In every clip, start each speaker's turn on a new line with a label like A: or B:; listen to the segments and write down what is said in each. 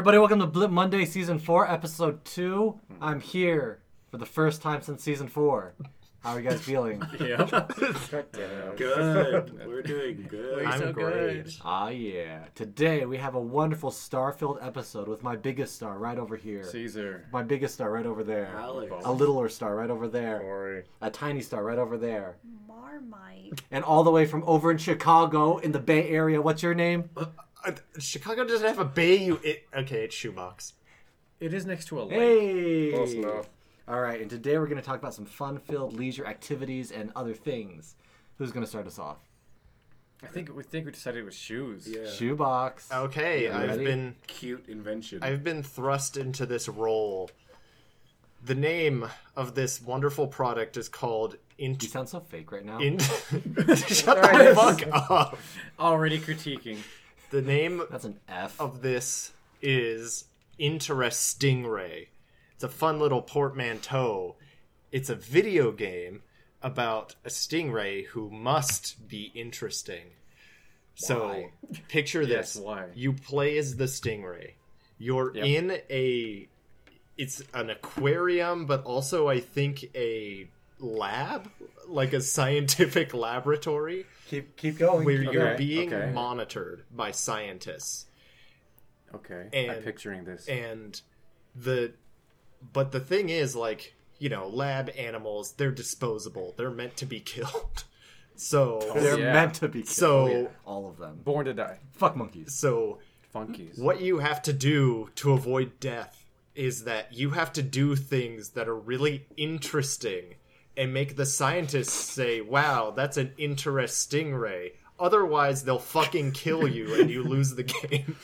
A: Blip Monday, Season 4, Episode 2. I'm here for the first time since Season 4. How are you guys feeling?
B: Yep. good. We're doing good.
C: I'm
D: so
C: great.
D: good.
A: ah, yeah. Today we have a wonderful star-filled episode with my biggest star right over here.
D: Caesar.
A: My biggest star right over there.
B: Alex.
A: A littler star right over there.
D: Corey.
A: A tiny star right over there.
C: Marmite.
A: And all the way from over in Chicago in the Bay Area, what's your name?
E: Uh, Chicago doesn't have a bay. You it, okay? It's shoebox.
D: It is next to a lake.
A: Hey!
D: Close enough.
A: All right, and today we're going to talk about some fun-filled leisure activities and other things. Who's going to start us off?
D: I think we think we decided it was shoes.
B: Yeah.
A: Shoebox.
E: Okay, I've
A: ready?
E: been
B: Cute invention.
E: I've been thrust into this role. The name of this wonderful product is called
A: You
E: Int.
A: sound so fake right now.
E: Int. Shut the
D: Alright.
E: fuck up.
D: Already critiquing.
E: The name
A: That's an F.
E: of this is Interest Stingray. It's a fun little portmanteau. It's a video game about a stingray who must be interesting. So
A: Why?
E: picture
D: Yes,
E: this.
D: why?
E: You play as the stingray. You're
D: Yep.
E: in a it's an aquarium but also I think a lab, like a scientific laboratory
A: Keep keep going.
E: where you're
D: Okay,
E: being
D: okay.
E: monitored by scientists.
D: Okay. I'm
E: And-
D: picturing this.
E: and the but the thing is like you know lab animals they're disposable they're meant to be killed so
A: They're
D: yeah.
A: meant to be killed.
E: So-
A: Yeah, all of them.
D: Born to die.
A: Fuck monkeys.
E: so
D: Funkies.
E: what you have to do to avoid death is that you have to do things that are really interesting and make the scientists say wow that's an interesting ray otherwise they'll fucking kill you and you lose the game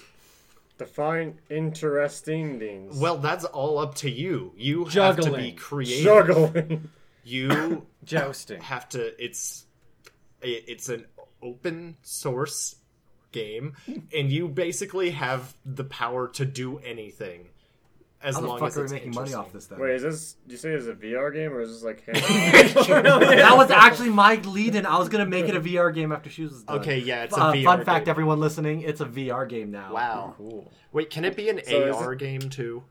F: Define interesting things.
E: well that's all up to you you have to be
D: Juggling.
E: creative
F: juggling.
E: you
D: Jousting.
E: have to it's it- it's an open source game and you basically have the power to do anything as
A: How the
E: long
A: fuck
E: as
A: are we
E: it's
A: making money off this
E: interesting.
A: Uh, then?
F: Wait, is this? Did you say it's a VR game or is this like? hand-
A: That was actually my lead in. I was gonna make it a VR game after shoes was done.
E: okay yeah it's a
A: Uh,
E: VR
A: fun fact,
E: game.
A: everyone listening, it's a VR game now.
E: wow
D: Cool.
E: wait can it be an
F: So is
E: AR game too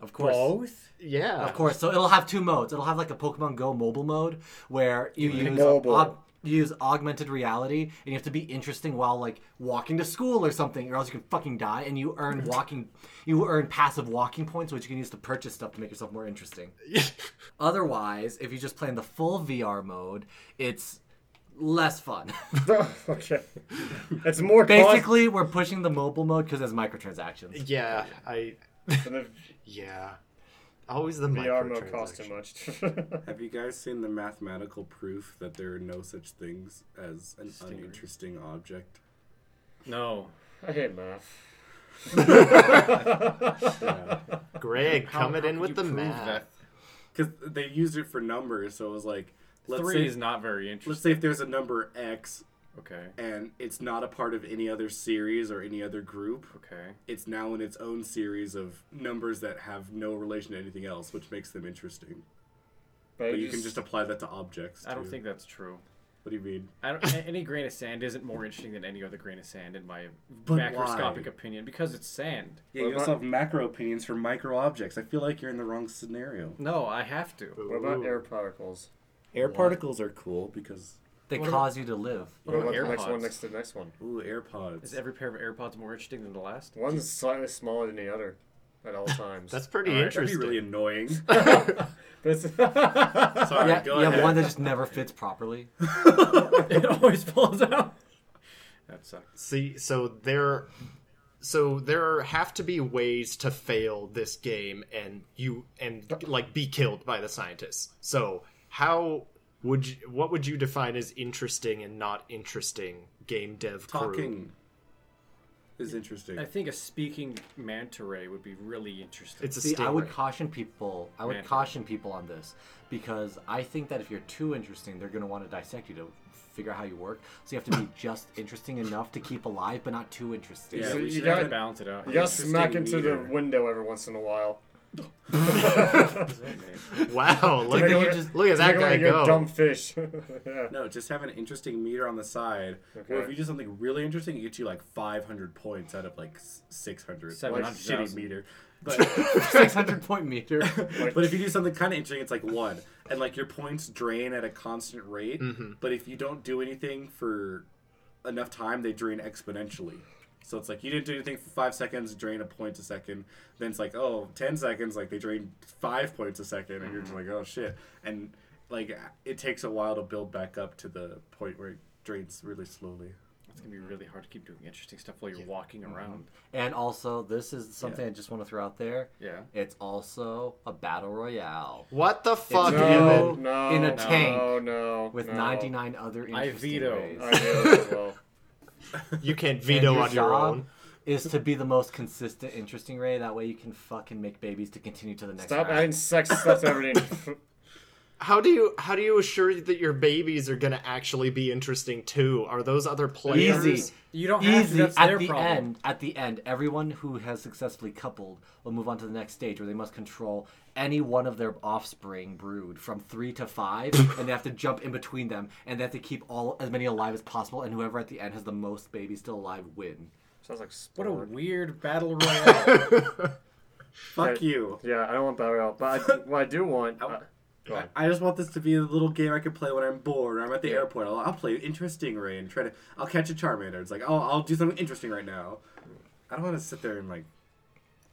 A: Of course.
D: Both?
E: yeah
A: Of course. So it'll have two modes. It'll have like the Pokemon Go mobile mode where you use
F: Mobile.
A: aug- you use augmented reality and you have to be interesting while like walking to school or something, or else you can fucking die. And you earn walking, you earn passive walking points, which you can use to purchase stuff to make yourself more interesting. Otherwise, if you just play in the full VR mode, it's less fun.
F: okay. It's more Basically,
A: Basically, we're pushing the mobile mode because there's microtransactions.
E: yeah i
F: the
E: yeah always the
F: VR mode costs
E: microtransaction.
F: too much.
B: Have you guys seen the mathematical proof that there are no such things as an uninteresting object?
D: No.
F: I hate math.
E: greg
D: How-
E: coming
D: how could
E: in
D: you
E: with the
D: prove
E: math
D: that
B: Because they used it for numbers, so it was like, let's
D: Three
B: say,
D: is not very
B: let's
D: interesting.
B: say if there's a number X
D: Okay.
B: and it's not a part of any other series or any other group,
D: Okay.
B: it's now in its own series of numbers that have no relation to anything else, which makes them interesting.
F: But,
B: But you can just apply that to objects.
D: I don't
B: too.
D: think that's true.
B: What do you mean?
D: I don't, a- any grain of sand isn't more interesting than any other grain of sand, in my
B: But
D: macroscopic
B: why?
D: opinion, because it's sand.
B: Yeah, you also have macro opinions for micro objects. I feel like you're in the wrong scenario.
D: No, I have to.
F: What about air particles?
B: Air particles are cool because
A: They
D: What
A: cause you to live.
D: What about
F: What's the next one
D: AirPods?
F: next to the next one?
B: ooh, AirPods.
D: Is every pair of AirPods more interesting than the last?
F: One's slightly smaller than the other at all times.
E: that's pretty
B: Alright, Oh, that'd be
E: interesting
B: really annoying.
F: That's-
B: Sorry,
A: Yeah,
B: go
A: you have
B: ahead.
A: one that just never fits properly.
D: it always falls out. That sucks.
E: See, so there, so there have to be ways to fail this game, and you and like be killed by the scientists. So how would you, what would you define as interesting and not interesting game dev crew?
B: Talking is interesting.
D: I think a speaking manta ray would be really interesting.
E: It's a
A: See, I would
E: stingray.
A: caution people. I would
D: Man.
A: caution people on this because I think that if you're too interesting, they're going to want to dissect you to figure out how you work. So you have to be just interesting enough to keep alive, but not too interesting.
B: Yeah,
F: So
B: we
F: you
B: should
F: got-
B: have
D: balance it out.
F: you gotta smack into
B: Interesting
F: the
B: leader.
F: window every once in a while.
E: Wow, look
F: Take a
E: at
F: look
E: just look at
F: take
E: that
F: a look
E: guy
F: your
E: go.
F: Dumb fish. yeah.
B: No, just have an interesting meter on the side. Or if
F: Okay.
B: you do something really interesting, it gets you like 500 points out of like s- 600. Like
D: 700,000.
B: shitty meter. But,
A: Six hundred point meter.
B: but if you do something kind of interesting, it's like one. And like your points drain at a constant rate. But if you don't do anything for enough time, they drain exponentially. So it's like you didn't do anything for five seconds, drain a point a second. Then it's like, oh, 10 seconds, like they drain five points a second. And you're just like, oh shit. And like it takes a while to build back up to the point where it drains really slowly.
D: It's gonna be really hard to keep doing interesting stuff while you're walking around.
A: And also, this is something I just want to throw out there.
D: Yeah.
A: It's also a battle royale
E: What the fuck,
A: No.
E: Evan?
F: no,
A: In a
F: no,
A: tank
F: no, no,
A: with
F: no.
A: 99 other interesting
D: veto.
A: ways.
F: I knew it as well.
E: You can't
A: And
E: veto on your
A: job
E: own.
A: Is to be the most consistent, interesting Ray. That way you can fucking make babies to continue to the next.
F: Stop
A: round.
F: adding sex stuff to everything.
E: How do you how do you assure that your babies are gonna actually be interesting too? Are those other players?
A: Easy.
D: You don't have to.
A: Easy
D: That's
A: at
D: their
A: the
D: problem.
A: end. At the end, everyone who has successfully coupled will move on to the next stage, where they must control any one of their offspring brood from three to five, and they have to jump in between them, and they have to keep all as many alive as possible, and whoever at the end has the most babies still alive win.
F: Sounds like
D: What a
F: sport.
D: weird battle royale.
B: Fuck you.
F: Yeah, I don't want battle royale, but I, what I do want.
B: I-
F: uh, go
B: I-
F: on.
B: I just want this to be a little game I can play when I'm bored or I'm at the airport. I'll, I'll play interesting Ray and try to. I'll catch a Charmander. It's like, oh, I'll do something interesting right now. I don't want to sit there and like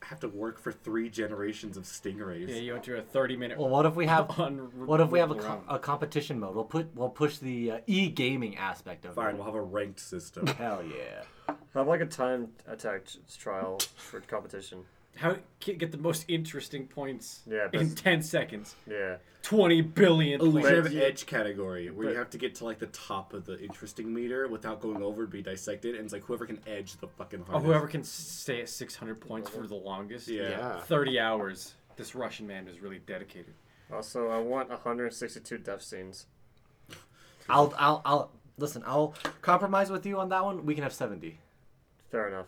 B: have to work for three generations of stingrays.
D: yeah, you went to a 30 minute.
A: Well, what if we have
D: On-
A: what if we have a, co-
D: round.
A: a competition mode? We'll put we'll push the uh, e gaming aspect of
B: Fine,
A: it.
B: we'll have a ranked system.
A: Hell yeah!
F: Have like a time attack t- trial for competition.
D: How can get the most interesting points
F: Yeah,
D: in
F: that's-
D: 10 seconds?
F: Yeah.
D: 20 billion
B: Oh, we
D: points.
B: should have an edge category where you have to get to like the top of the interesting meter without going over and be dissected, and it's like whoever can edge the fucking
D: Oh,
B: hardest.
D: whoever can stay at 600 points for the longest.
B: Yeah.
E: Yeah.
D: 30 hours. This Russian man is really dedicated.
F: Also, I want 162 death scenes.
A: I'll I'll I'll listen. I'll compromise with you on that one. We can have seventy.
F: Fair enough.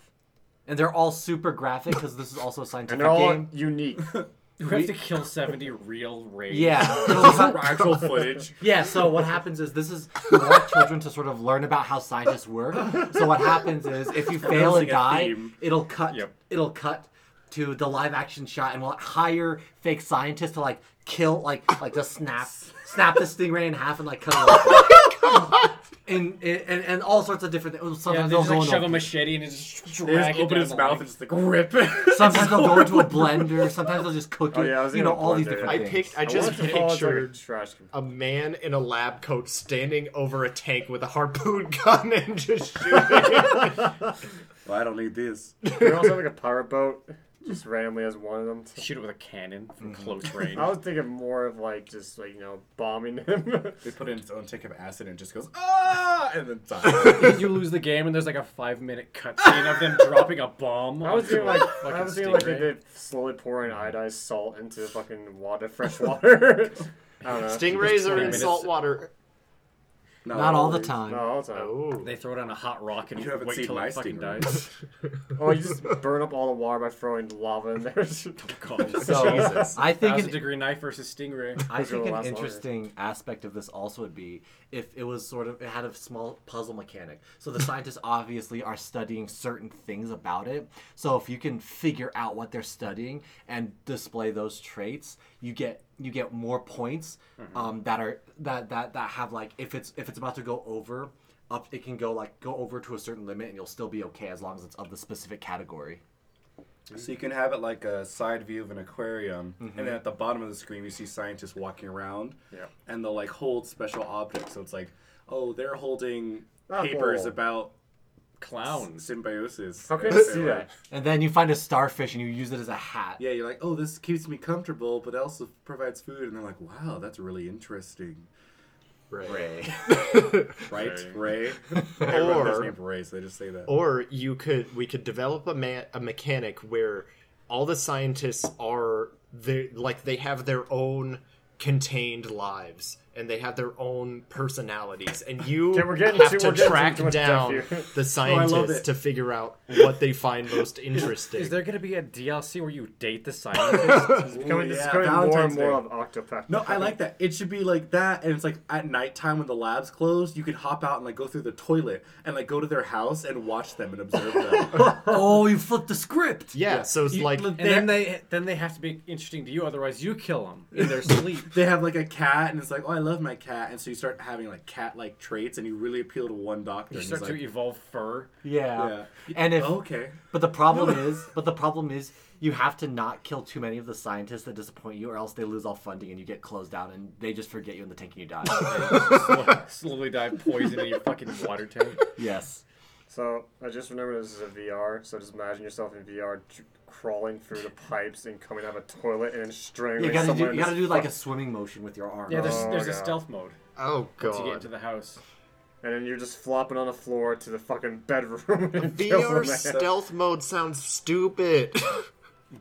A: And they're all super graphic because this is also a
F: And
A: scientific
F: they're all
A: game.
F: unique.
D: You have to kill 70 real raids.
A: Yeah. It'll
B: For
A: ha-
B: actual footage.
A: yeah, so what happens is this is we want children to sort of learn about how scientists work. So what happens is if you fail and
B: Noticing a
A: die,
B: theme.
A: it'll cut
D: Yep.
A: it'll cut to the live action shot and we'll hire fake scientists to like kill like like just snap snap this thing right in half and like cut it off. And, and and all sorts of different things.
D: Yeah,
A: Sometimes
D: they just
A: they'll
D: like
A: go
D: shove
A: into
D: a machete and it just
B: They
D: drag
B: just
D: it
B: open
D: down
B: his
D: the
B: mouth
D: line.
B: and just like rip it.
A: sometimes they'll go into a blender, sometimes they'll just cook it.
F: Oh, yeah, I was
A: you know,
F: thinking of
A: all these
F: blender.
A: different
E: I
A: things.
E: picked. I
F: I
E: just
F: want to fall into like a
E: pictured
F: trash can.
E: a man in a lab coat standing over a tank with a harpoon gun and just shooting.
B: Well, I don't need this.
F: We also have like a pirate boat, just randomly as one of them.
D: Shoot it with a cannon from close range.
F: I was thinking more of like just like you know bombing him.
B: They put in its own tank of acid and it just goes ah, and then dies.
D: you lose the game and there's like a five minute cutscene of them dropping a bomb.
F: I was
D: onto
F: thinking
D: a
F: like I
D: fucking
F: was thinking like they
D: stingray.
F: did slowly pouring iodized salt into the fucking water, fresh water. I don't know.
E: Stingrays are in
D: minutes.
E: salt water.
A: Not all the time.
F: No, all the time.
E: Oh,
D: They throw it on a hot rock and
B: You haven't
D: wait
B: seen
D: till
B: my
D: it fucking
B: stingray.
D: dies.
F: Oh, you just burn up all the water by throwing lava in there.
D: God,
A: So I think
D: Thousand
A: an,
D: degree knife versus stingray.
A: I
F: Those
A: think
F: are the
A: an
F: last longer.
A: interesting aspect of this also would be if it was sort of it had a small puzzle mechanic. So the scientists obviously are studying certain things about it. So if you can figure out what they're studying and display those traits, you get you get more points
F: Mm-hmm.
A: um, that are that that that have like if it's if it's about to go over up it can go like go over to a certain limit and you'll still be okay as long as it's of the specific category.
B: So you can have it like a side view of an aquarium, and then at the bottom of the screen you see scientists walking around,
F: Yeah.
B: and they'll like hold special objects. So it's like, oh, they're holding
F: Apple.
B: papers about
D: Clowns.
B: symbiosis.
F: How can I
B: And
F: see
B: they're
F: that?
B: like-
A: And then you find a starfish and you use it as a hat.
B: Yeah, you're like, oh, this keeps me comfortable, but also provides food, and they're like, wow, that's really interesting,
E: Ray.
B: right, Ray?
E: Or-
B: Everyone's named Ray, so they just say that.
E: Or you could we could develop a man a mechanic where all the scientists are they like they have their own contained lives and they have their own personalities, and you
F: Okay, we're getting
E: have
F: too-
E: to
F: we're getting
E: track
F: too much stuff
E: down
F: here.
E: the
B: love
E: scientists
B: it.
E: to figure out what they find most interesting.
D: Is there gonna be a DLC where you date the scientist?
F: It's becoming, this is
B: yeah,
F: becoming more and
B: Valentine's
F: more of Octopath.
B: No, I like that. It should be like that, and it's like at nighttime when the lab's closed, you could hop out and like go through the toilet and like go to their house and watch them and observe them.
A: oh, you flipped the script.
E: yeah, so it's
B: You-
E: like
D: and then they then they have to be interesting to you, otherwise you kill them in their sleep.
B: they have like a cat, and it's like, oh, I love my cat, and so you start having like cat-like traits, and you really appeal to one doctor.
D: You
B: and
D: start
B: he's
D: to
B: like,
D: evolve fur.
A: Yeah.
B: Yeah.
A: And if
B: okay,
A: but the problem is but the problem is you have to not kill too many of the scientists that disappoint you or else they lose all funding and you get closed down and they just forget you in the tank and you die.
D: Slowly- slowly dive poison in your fucking water tank.
A: yes.
F: So I just remember this is a VR. So just imagine yourself in VR j- crawling through the pipes and coming out of a toilet and then strangling
A: You gotta
F: someone.
A: do
F: in
A: you gotta
F: this
A: do like a
F: fuck-
A: swimming motion with your arm.
D: Yeah, there's
F: Oh,
D: there's a
F: God.
D: stealth mode
E: oh
D: once you get into
E: god,
D: the house.
F: and then you're just flopping on the floor to the fucking bedroom. And kills
E: VR
F: the man.
E: stealth mode sounds stupid.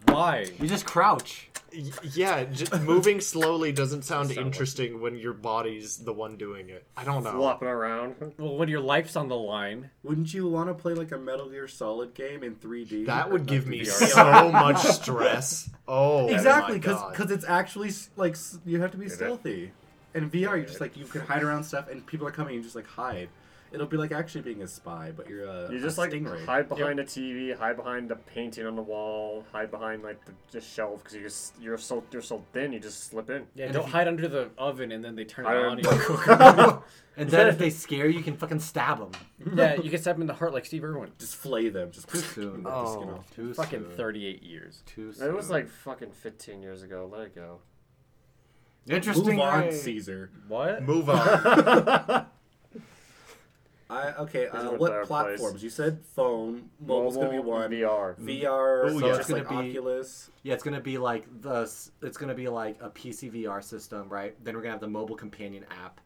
D: Why?
A: You just crouch.
E: Y- yeah, just moving slowly doesn't sound interesting when your body's the one doing it. I don't know.
F: flopping around.
D: Well, when your life's on the line,
B: wouldn't you want to play like a Metal Gear Solid game in 3D?
E: That would give me
D: VR.
E: so much stress. Oh,
B: exactly because
E: because
B: because it's actually s- like s- you have to be
F: it-
B: stealthy. In VR, you're just like you can hide around stuff, and people are coming, you just like hide. It'll be like actually being a spy, but you're a
F: You
B: a
F: just like
B: stingray.
F: hide behind a TV, hide behind the painting on the wall, hide behind like the, the shelf because you're s- you're so you're so thin. You just slip in.
D: yeah, don't hide under the oven and then they turn it
F: I
D: on.
F: don't-
D: And you cook.
A: And then if they scare you, you can fucking stab them.
D: yeah, you can stab him in the heart like Steve Irwin.
B: just flay them. Just
A: Too soon.
B: rip the skin
E: Oh.
B: off.
A: Too
D: Fucking
A: soon.
D: 38 years.
A: Too soon.
F: It was like fucking 15 years ago. Let it go.
A: interesting.
B: Move on,
A: way.
B: Caesar.
D: What?
E: move on.
B: I okay. Uh,
F: These are
B: what
F: better
B: platforms?
F: plays.
B: You said phone. Mobile's gonna be
F: Mobile
B: one.
F: VR.
B: VR.
E: Ooh,
B: so
E: yeah.
B: just
A: It's
B: like
A: gonna be-
B: Oculus.
A: Yeah, it's gonna be like the s- it's gonna be like a PC VR system, right? Then we're gonna have the mobile companion app,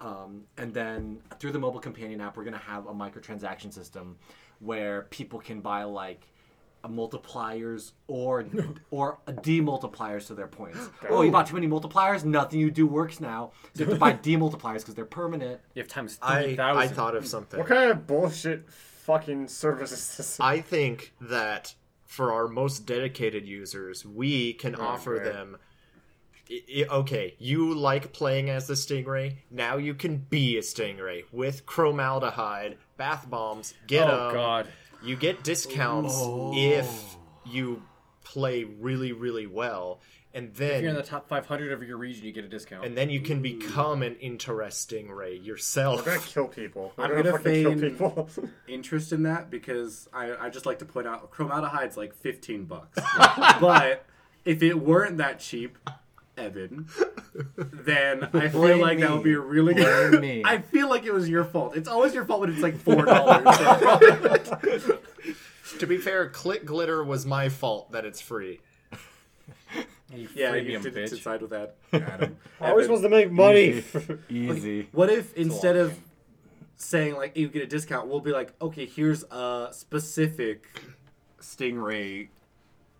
A: um, and then through the mobile companion app, we're gonna have a microtransaction system where people can buy like a multipliers or or a demultipliers to their points. oh, you bought too many multipliers. Nothing you do works now. So you have to buy demultipliers because they're permanent.
D: You have times
E: I,
D: 3,000.
E: I thought of something.
F: What kind of bullshit fucking service is this?
E: I think that for our most dedicated users, we can offer
F: man.
E: them. I- I- Okay, you like playing as the stingray. Now you can be a stingray with chromaldehyde, bath bombs. Get
D: Oh,
E: 'em.
D: God.
E: You get discounts if you play really, really well, and
D: If you're in
E: then
D: the top 500 of your region, you get a discount.
E: and then you can become an interesting ray yourself.
F: We're gonna kill people. We're
B: I'm
F: gonna,
B: gonna
F: fucking
B: feign-
F: kill people.
B: Interest in that because I, I just like to point out chromaldehyde's like fifteen bucks, but if it weren't that cheap, Evan, then I feel
A: Blame
B: like that
A: me.
B: would be a really good.
A: Blame me.
B: I feel like it was your fault. It's always your fault when it's like four dollars.
E: To be fair, Click Glitter was my fault that it's free.
D: you
B: yeah, you
D: freemium
B: did
D: bitch.
B: decide with that, Adam.
F: How are we supposed to make money?
A: Easy.
B: What if instead of saying like you get a discount, we'll be like, okay, here's a specific stingray.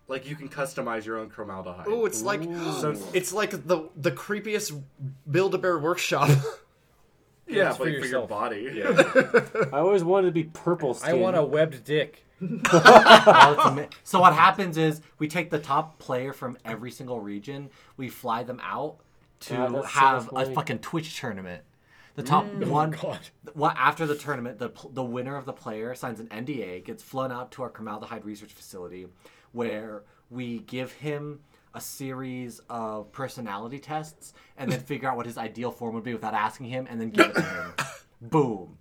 B: Like you can customize your own chromaldehyde.
E: Oh, it's like
B: So it's-
E: it's like the the creepiest Build a Bear Workshop.
B: yeah,
D: it's
B: but
D: for
B: for your
D: yourself.
B: body.
F: I always wanted to be purple skin.
D: I want a webbed dick.
A: Oh, it's ama- so what happens is we take the top player from every single region, we fly them out to
F: Wow, that's so
A: have
F: much
A: a
F: money.
A: fucking Twitch tournament. The top one,
D: God.
A: what after the tournament, the pl- the winner of the player signs an NDA, gets flown out to our formaldehyde research facility, where we give him a series of personality tests, and then figure out what his ideal form would be without asking him, and then give it to him. Boom.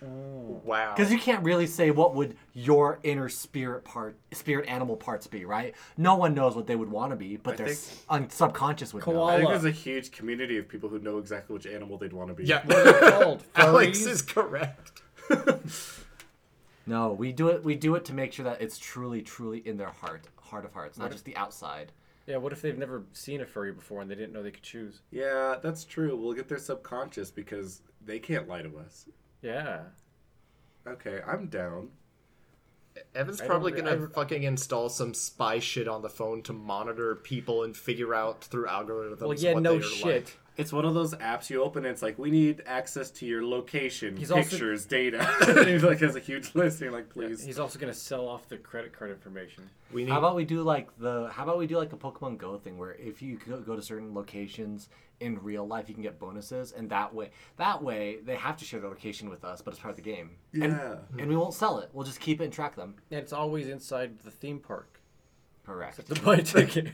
E: wow.
A: Because you can't really say what would your inner spirit part, spirit animal parts be, right? No one knows what they would want to be, but their
B: think-
A: s- un- subconscious would
B: I
D: Koala.
B: think there's a huge community of people who know exactly which animal they'd want to be.
E: Yeah,
D: Called
E: Alex
D: furries?
E: is correct.
A: know. No, we do it. We do it to make sure that it's truly, truly in their heart, heart of hearts, not just the outside.
D: Yeah, what if they've never seen a furry before and they didn't know they could choose?
B: Yeah, that's true. We'll get their subconscious because they can't lie to us.
D: Yeah.
B: Okay, I'm down.
E: Evan's probably
D: re-
E: gonna fucking install some spy shit on the phone to monitor people and figure out through algorithms.
D: Well, yeah,
E: what
D: no
E: they are
D: shit.
E: like.
B: It's one of those apps you open. and It's like we need access to your location,
D: He's also-
B: pictures, data. and he's like has a huge list. And you're like, please.
D: He's also gonna sell off the credit card information.
E: We need
A: How about we do like the How about we do like the Pokemon Go thing, where if you go, go to certain locations in real life, you can get bonuses, and that way, that way they have to share their location with us, but it's part of the game.
B: Yeah.
A: And, and we won't sell it. We'll just keep it and track them.
D: And it's always inside the theme park.
A: Correct.
D: To buy a ticket.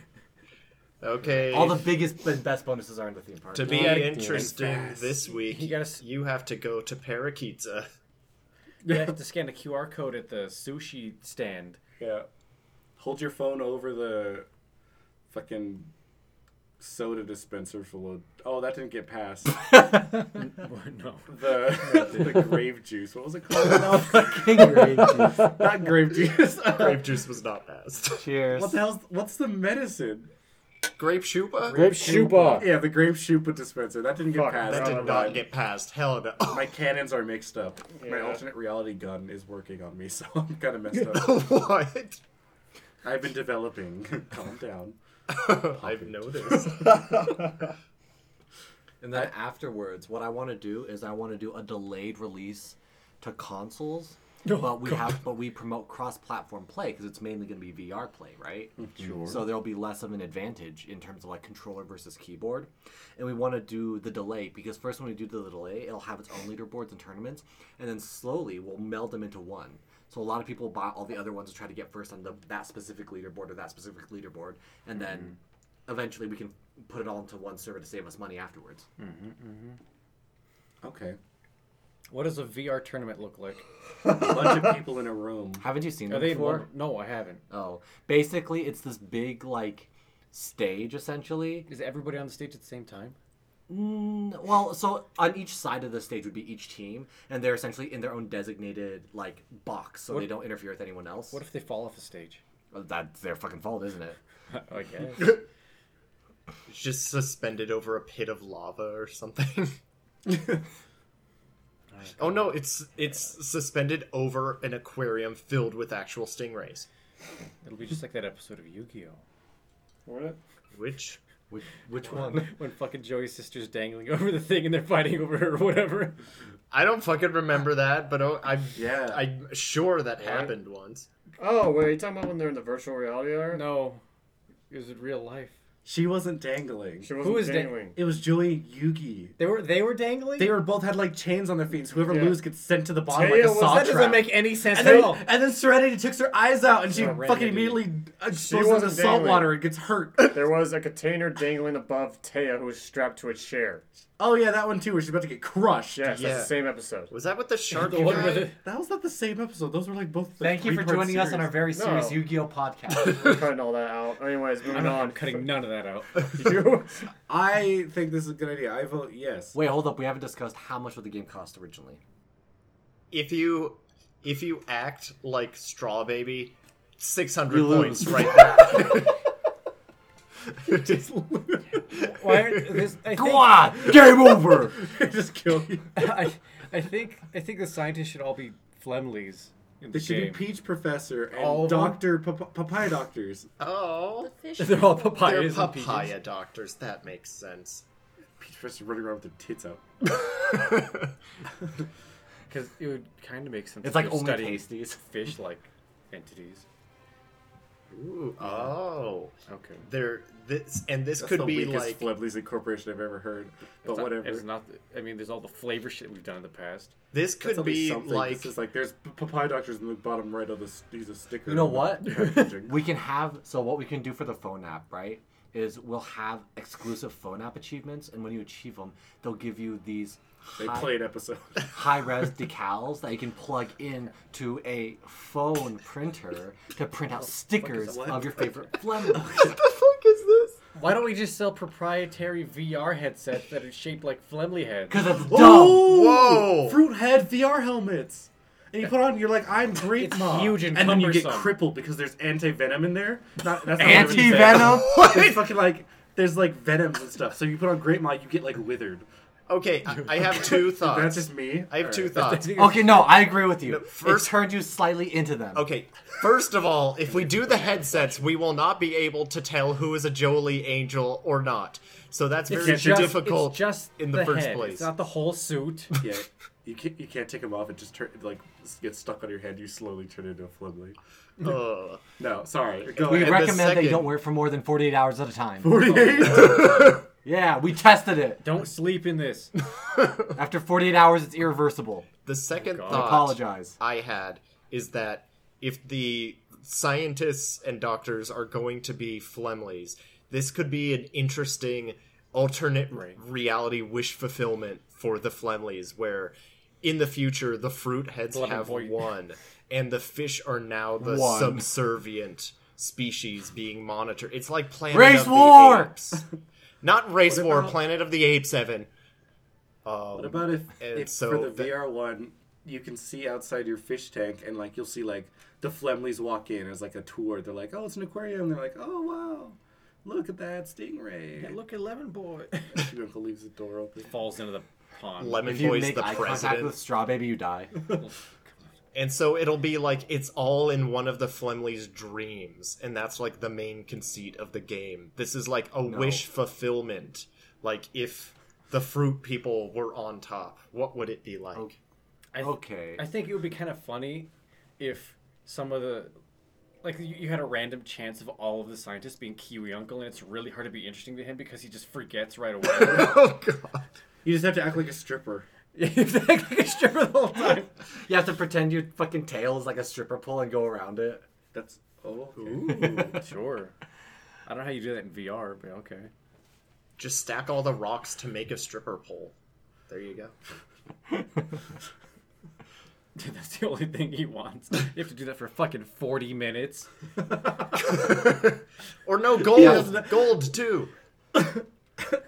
E: okay.
A: All the biggest and best bonuses are in the theme park.
E: to be
D: Like
E: interesting
B: this.
E: this week,
D: You
E: you,
D: gotta s-
E: have to go to Parakeetza.
D: you have to scan a QR code at the sushi stand.
B: Yeah. Hold your phone over the fucking soda dispenser for load. Oh, that didn't get past
D: no.
B: the the grape juice. What was it called? Not grape juice.
E: Grape juice was not passed.
A: Cheers.
B: what the hell's what's the medicine?
E: Grape Shupa?
C: Grape Shupa.
B: Yeah, the grape chupa dispenser. That didn't get
F: Fuck,
B: past.
E: that
B: Oh,
E: did
B: never
E: not
B: mind.
E: get passed. Hell no.
B: My cannons are mixed up. My
F: Yeah.
B: alternate reality gun is working on me, so I'm kind of messed up.
E: what?
B: I've been developing. Calm down.
E: I've noticed.
A: And then afterwards, what I want to do is I want to do a delayed release to consoles, but we have but we promote cross-platform play because it's mainly going to be VR play, right? Mm-hmm. Sure. So there'll be less of an advantage in terms of like controller versus keyboard, and we want to do the delay because first when we do the delay, it'll have its own leaderboards and tournaments, and then slowly we'll meld them into one. So a lot of people buy all the other ones to try to get first on the, that specific leaderboard or that specific leaderboard, and then eventually we can put it all into one server to save us money afterwards.
B: Okay.
D: What does a VR tournament look like?
B: A bunch of people in a room.
A: Haven't you seen them
D: Are they in
A: before?
D: one? No, I haven't.
A: Oh, basically, it's this big like stage essentially.
D: Is everybody on the stage at the same time?
A: Mm, well, so on each side of the stage would be each team, and they're essentially in their own designated like box, so they don't interfere with anyone else.
D: What if they fall off the stage?
A: Well, That's their fucking fault, isn't it?
D: Okay.
E: It's just suspended over a pit of lava or something. oh no, it's it's suspended over an aquarium filled with actual stingrays.
D: It'll be just like that episode of Yu-Gi-Oh.
E: Which
A: Which, which one?
D: When fucking Joey's sister's dangling over the thing and they're fighting over her or whatever.
E: I don't fucking remember that, but oh, I'm
B: Yeah.
E: I'm sure that happened once.
F: Oh, wait, are you talking about when they're in the virtual reality era?
D: No. It was in real life.
B: She wasn't dangling.
F: She wasn't
D: is da-
F: dangling.
B: It was Joey and Yugi.
D: They were they were dangling?
B: They were both had like chains on their feet. So whoever
F: Yeah.
B: loses gets sent to the bottom
F: Taya
B: like a
F: was-
B: saw
D: that
B: trap.
D: doesn't make any sense
B: and
D: at
B: then,
D: all.
B: and then Serenity takes her eyes out, and she fucking
D: Serenity.
B: immediately uh,
F: She
B: goes into
F: wasn't
B: salt
F: dangling.
B: water and gets hurt.
F: There was a container dangling above Taya, who was strapped to a chair.
B: oh yeah, that one too, where she's about to get crushed.
F: Yes,
E: Yeah.
F: that's the same episode.
E: Was that with the shark?
D: The one
E: guy?
D: with the-
B: That was not the same episode. Those were like both. Like,
A: Thank you for
B: three-part
A: joining us on our
B: series.
A: very serious
F: No.
A: Yu-Gi-Oh podcast.
F: We're cutting all that out. Anyways, moving
D: I'm,
F: on.
D: I'm cutting none of that out.
F: You-
B: I think this is a good idea. I vote yes.
A: Wait, hold up. We haven't discussed how much would the game cost originally.
E: if you if you act like straw baby, six hundred
A: You
E: points
A: lose.
E: right there.
D: Why are, this, I
A: Go
D: think-
A: on, game over.
B: just kill you.
D: I, I think I think the scientists should all be Flemleys in the
B: They should
D: game.
B: be Peach Professor and
D: All of them?
B: Doctor Pap- Papaya Doctors.
E: oh,
D: They're all
E: they're
D: papayas. and peaches.
E: papaya doctors. That makes sense.
B: Peach Professor running around with her tits out.
D: Because it would kind of make sense.
A: It's
D: if
A: like
D: you're
A: only
D: studying
A: pasties.
D: fish-like entities.
E: Ooh, oh,
D: Okay.
E: there. This and this
B: That's
E: could
B: the
E: be like
B: weakest Fleblies incorporation I've ever heard. But
D: It's not-
B: whatever.
D: It's not. I mean, there's all the flavor shit we've done in the past.
E: this
B: That's
E: could
B: at
E: be
B: least something.
E: like
B: this is like there's p- Papaya Doctors in the bottom right of this. He's a sticker.
A: You know what?
B: Packaging.
A: We can have so what we can do for the phone app, right? Is we'll have exclusive phone app achievements, and when you achieve them, they'll give you these
B: they
A: high-
B: played episode.
A: high res decals that you can plug in to a phone printer to print
E: Oh,
A: out stickers
B: that?
A: of your favorite phlegm.
D: Why don't we just sell proprietary VR headsets that are shaped like Flemley heads?
A: Because it's dumb.
B: Oh,
E: Whoa!
B: Fruit head VR helmets. And you put on, you're like, I'm great,
D: It's
B: mom.
D: huge and
B: then you get
D: cumbersome.
B: crippled because there's anti venom in there. Not, that's not what it
A: Anti
B: said.
A: venom.
B: There's fucking like, there's like venoms and stuff. So you put on great ma, you get like withered.
E: Okay, I, I have two thoughts.
B: That's just me.
E: Uh, I have two
B: Alright.
E: thoughts.
A: Okay, no, I agree with you.
E: first-
A: it turned you slightly into them.
E: Okay, first of all, if we do the headsets, we will not be able to tell who is a Jolie angel or not. So that's very
B: just- it's
E: difficult
D: it's just
E: in the, first
D: head.
E: place.
D: It's not the whole suit.
B: Yeah, you can't you can't take them off. It just turn, like gets stuck on your head. You slowly turn into a flimley.
E: Ugh.
B: No, sorry. Go
A: We
E: the
B: ahead.
A: recommend that you
E: second-
A: don't wear it for more than 48 hours at a time.
B: 48.
A: Yeah, we tested it.
D: Don't sleep in this.
A: After 48 hours, it's irreversible.
E: The second
B: Oh,
A: I
E: thought
A: apologize.
E: I had is that if the scientists and doctors are going to be Flemleys, this could be an interesting alternate reality wish fulfillment for the Flemleys, where in the future the fruit heads
D: Blood and
E: have
D: void.
E: one, and the fish are now the
A: One.
E: subservient species being monitored. It's like Planet
A: Race
E: of
A: war!
E: the Apes. Not race
B: What
E: war,
B: about-
E: Planet of the Apes, Evan.
B: What about if,
E: And
B: if
E: so
B: for the
E: that-
B: VR one, you can see outside your fish tank and like you'll see like the Flemleys walk in as like a tour. They're like, oh, it's an aquarium. They're like, oh wow, look at that stingray.
D: Look at Lemon Boy.
B: Your uncle leaves the door open.
D: Falls into the pond.
E: Lemon
A: If you
E: Boy's
A: make
E: the
A: eye
E: president.
A: contact with Straw Baby, you die.
E: And so it'll be like it's all in one of the Flemley's dreams, and that's like the main conceit of the game. This is like a wish fulfillment. Like if the fruit people were on top, what would it be like?
D: I th-
A: Okay.
D: I think it would be kind of funny if some of the like you, you had a random chance of all of the scientists being Kiwi Uncle, and it's really hard to be interesting to him because he just forgets right away.
E: Oh god.
B: You just have to act like a stripper.
D: He's acting like a stripper the whole time.
A: You have to pretend your fucking tail is like a stripper pole and go around it.
B: That's oh. okay.
D: Sure. I don't know how you do that in VR, but okay.
E: Just stack all the rocks to make a stripper pole. There you go.
D: That's the only thing he wants. You have to do that for fucking forty minutes.
E: Or no gold, gold too.
B: You have to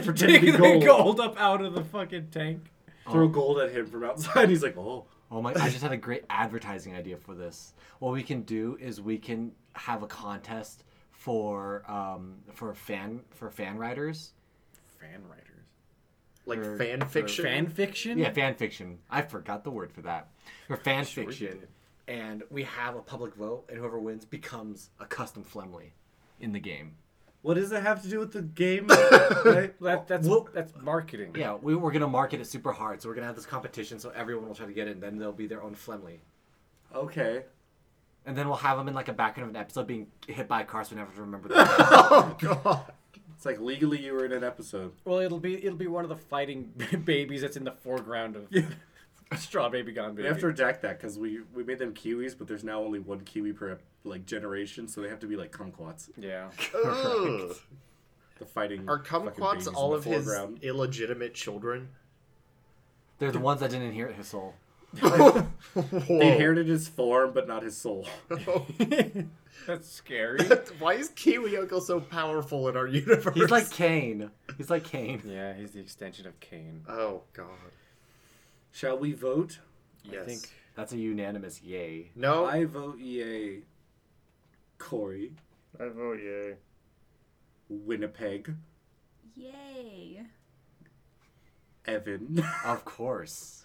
B: pretend to
D: Take
B: be
D: the
B: gold.
D: gold up out of the fucking tank.
B: Throw gold at him from outside. He's like, oh.
A: Oh my! I just had a great advertising idea for this. What we can do is we can have a contest for um, for fan for fan writers.
D: Fan writers.
E: Like
A: Or-
E: fan fiction.
D: Fan fiction?
A: Yeah, fan fiction. I forgot the word for that. For fan fiction, and we have a public vote, and whoever wins becomes a custom Flemley in the game.
B: What does that have to do with the game? Right?
D: That, that's
A: Well-
D: that's marketing.
A: Yeah, we, we're gonna market it super hard, so we're gonna have this competition, so everyone will try to get it, and then they'll be their own Flemley.
B: okay.
A: And then we'll have them in like a back end of an episode being hit by a car, so we never remember that.
E: Oh god.
B: It's like legally you were in an episode.
D: Well, it'll be it'll be one of the fighting babies that's in the foreground of Straw Baby Gone
B: We
D: Baby.
B: have to redact that because we we made them kiwis, but there's now only one kiwi per like generation, so they have to be like kumquats.
D: yeah.
E: Ugh.
B: The fighting
E: Are
B: fucking babies
E: kumquats
B: in
E: all
B: the
E: of his
B: foreground.
E: illegitimate children?
A: They're the ones that didn't inherit his soul.
B: They
E: Whoa.
B: inherited his form, but not his soul.
D: That's scary.
E: Why is Kiwi Uncle so powerful in our universe?
A: He's like Cain. He's like Cain.
D: yeah, he's the extension of Cain.
E: oh god,
B: Shall we vote?
E: yes.
D: I think
A: That's a unanimous yay.
E: no,
B: I vote yay. Corey,
F: I vote yay.
B: Winnipeg,
C: Yay.
B: Evan,
A: Of course.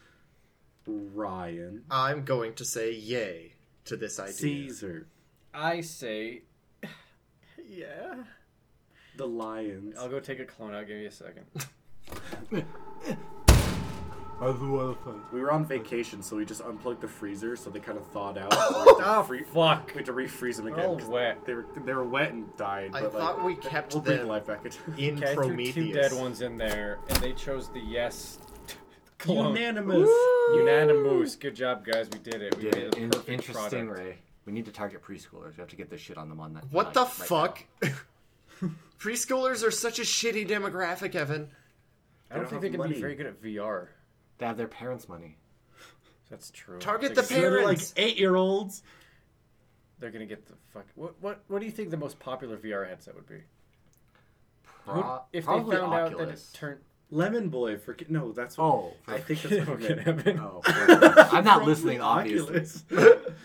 B: Ryan,
E: I'm going to say yay to this idea.
B: Caesar,
D: I say Yeah.
B: the Lions.
E: Oh.
D: I'll go take a clone out, give me a second.
B: We were on vacation, so we just unplugged the freezer, so they kind of thawed out. So we had to free-
D: Fuck.
B: We had to refreeze them
D: all
B: again. 'cause
D: wet.
B: They were they were wet and died.
E: Oh, I
B: but,
E: thought
B: like,
E: we kept
B: we'll bring
E: them
B: life back into
E: in
D: Okay, I threw
E: Prometheus.
D: two dead ones in there and they chose the yes clone.
B: Unanimous.
D: Unanimous. Good job guys, we did it. We
A: Yeah,
D: made a
A: in-
D: perfect
A: interesting,
D: product.
A: Ray. We need to target preschoolers. We have to get this shit on them on that.
E: What
A: night-
E: the
A: right now.
E: fuck? Preschoolers are such a shitty demographic, Evan.
D: I don't think they
B: They don't have
D: can
B: money.
D: be very good at VR.
A: They have their parents' money.
D: That's true.
E: Target
D: They-
E: the
B: They're like
E: parents.
B: eight year olds.
D: They're gonna get the fuck. What what what do you think the most popular VR headset would be?
A: Pro-
D: if they found
A: probably
D: out that it
A: Oculus.
D: turned.
B: Lemon boy for ki- no, that's what,
A: Oh, for-
B: I think that's what I meant.
A: Oh, for- I'm not
B: Probably
A: listening, obviously.
B: Oculus.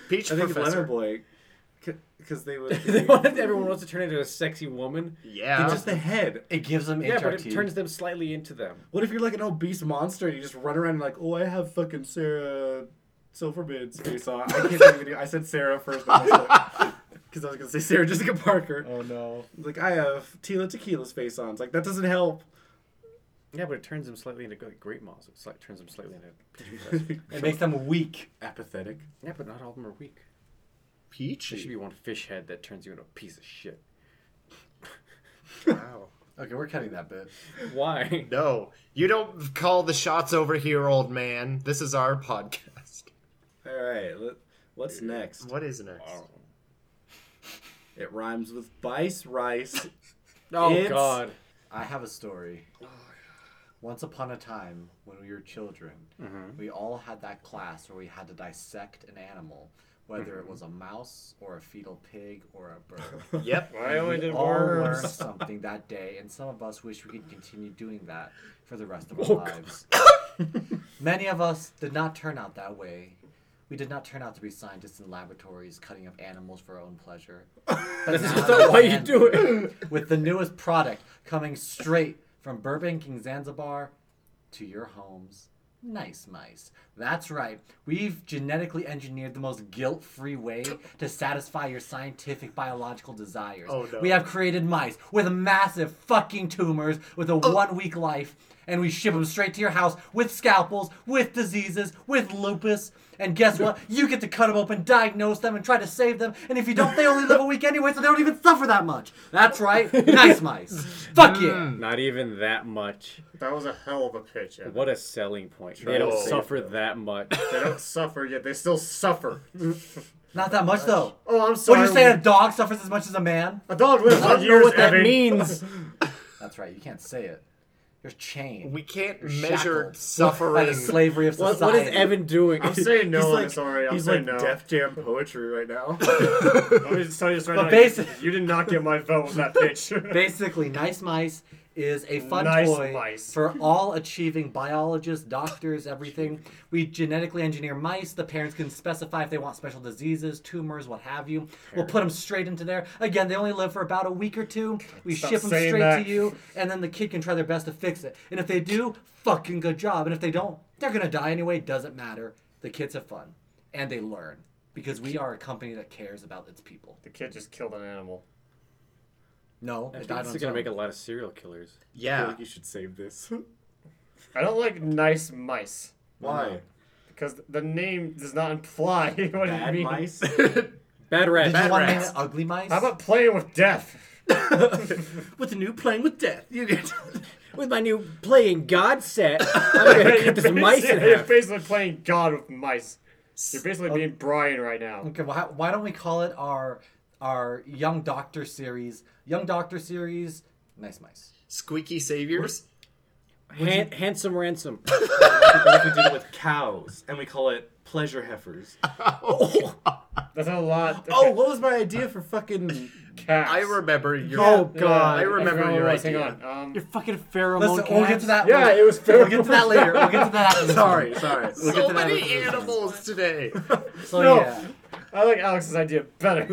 E: Peach
B: I think it's
E: Professor.
B: Lemon boy because they would.
D: they wanted everyone wants to turn into a sexy woman.
E: Yeah.
B: It's just the head.
A: It gives them
D: Yeah, but
A: HRT.
D: it turns them slightly into them.
B: What if you're like an obese monster and you just run around and like, oh, I have fucking Sarah Silverman's face on. I can't even do. I said Sarah first because I, was gonna say Sarah Jessica Parker.
A: oh no.
B: It's Like I have Tila Tequila's face on. It's like that doesn't help.
D: Yeah, but it turns them slightly into like, great moths. It sli- turns them slightly into. petri pests.
A: It makes them weak.
B: Apathetic.
D: yeah, but not all of them are weak. There should be
E: peachy.
D: one fish head that turns you into a piece of shit.
E: Wow.
A: Okay, we're cutting that bit.
D: Why?
E: No, you don't call the shots over here, old man. This is our podcast.
B: All right. Let, what's next?
E: What is next?
B: It rhymes with vice rice.
D: Oh
B: It's-
D: God!
A: I have a story. Once upon a time, when we were children, we all had that class where we had to dissect an animal, whether it was a mouse or a fetal pig or a bird.
E: Yep.
F: I only
A: we
F: did
A: all
F: worms.
A: learned something that day, and some of us wish we could continue doing that for the rest of our
D: Oh, God.
A: lives. Many of us did not turn out that way. We did not turn out to be scientists in laboratories cutting up animals for our own pleasure.
D: This is not why you do it.
A: With the newest product coming straight from Burbank and Zanzibar to your homes. Nice mice. That's right. We've genetically engineered the most guilt free way to satisfy your scientific biological desires.
E: Oh, no.
A: We have created mice with massive fucking tumors with a
E: Oh.
A: one week life, and we ship them straight to your house with scalpels, with diseases, with lupus. And guess what? You get to cut them open, diagnose them, and try to save them. And if you don't, they only live a week anyway, so they don't even suffer that much. That's right. Nice mice.
E: Mm.
A: Fuck yeah.
D: Not even that much.
F: That was a hell of a pitch. Evan.
D: What a selling point. They
F: Try
D: don't
F: to save
D: suffer that much.
F: They don't suffer yet. They still suffer.
A: Not that much, though.
F: Oh, I'm
A: What
F: sorry.
A: are you saying? A dog suffers as much as a man?
F: A dog lives
D: I
F: on
D: don't know
F: years,
D: what that
F: Evan.
D: means.
A: That's right. You can't say it. You're chained.
E: We can't
A: You're
E: measure
A: shackled by
E: suffering.
A: the slavery of
D: What,
A: society.
D: what is Evan doing?
F: I'm saying no.
B: he's
F: I'm
B: like,
F: sorry. I'm
B: he's
F: saying
B: like
F: no.
B: Def Jam poetry right now.
F: Let me just tell you this right
A: But
F: now.
A: basi-
F: you did not get my vote on that pitch.
A: Basically, Nice Mice is a fun
F: Nice
A: toy
F: mice.
A: for all achieving biologists, doctors, everything. We genetically engineer mice. The parents can specify if they want special diseases, tumors, what have you. We'll put them straight into there. Again, they only live for about a week or two. We
F: Stop
A: ship them
F: saying
A: straight
F: that.
A: to you, and then the kid can try their best to fix it. And if they do, fucking good job. And if they don't, they're gonna die anyway. Doesn't matter. The kids have fun, and they learn because we are a company that cares about its people.
F: the kid just killed an animal.
A: No,
D: I
A: it
D: think
A: died
D: this
A: on
D: is
A: its
D: gonna
A: own.
D: make a lot of serial killers.
B: I feel
E: yeah.
B: like you should save this.
F: I don't like nice mice
B: Why?
F: because the name does not imply what it
B: Bad
F: means.
B: mice.
D: Bad rat.
A: Did you want to name
E: rats.
A: it ugly mice?
F: How about playing with death?
B: with the new playing with death.
D: With my new playing God set, I'm gonna cut this mice in
F: You're
D: half.
F: basically playing God with mice. You're basically being Brian right now.
A: Okay, well, how, why don't we call it our our Young Doctor series? Young Doctor series, nice mice.
E: Squeaky saviors.
D: Han- handsome ransom.
B: what if we did it with cows and we call it pleasure heifers?
F: That's a lot.
B: Oh, what was my idea for fucking?
F: Cats.
E: I remember your.
D: Oh, God.
E: I
F: I
E: remember
F: forgot what
E: your
F: it was.
E: idea.
F: Hang on. Um,
D: Your fucking pheromone.
A: Listen, we'll get to that.
F: yeah,
A: later.
F: it was
A: We'll get to that later. We'll get to that. later.
B: Sorry, sorry.
A: We'll get
E: So
A: to that
E: many
A: later.
E: animals today.
A: So
F: No.
A: yeah,
F: I like Alex's idea better.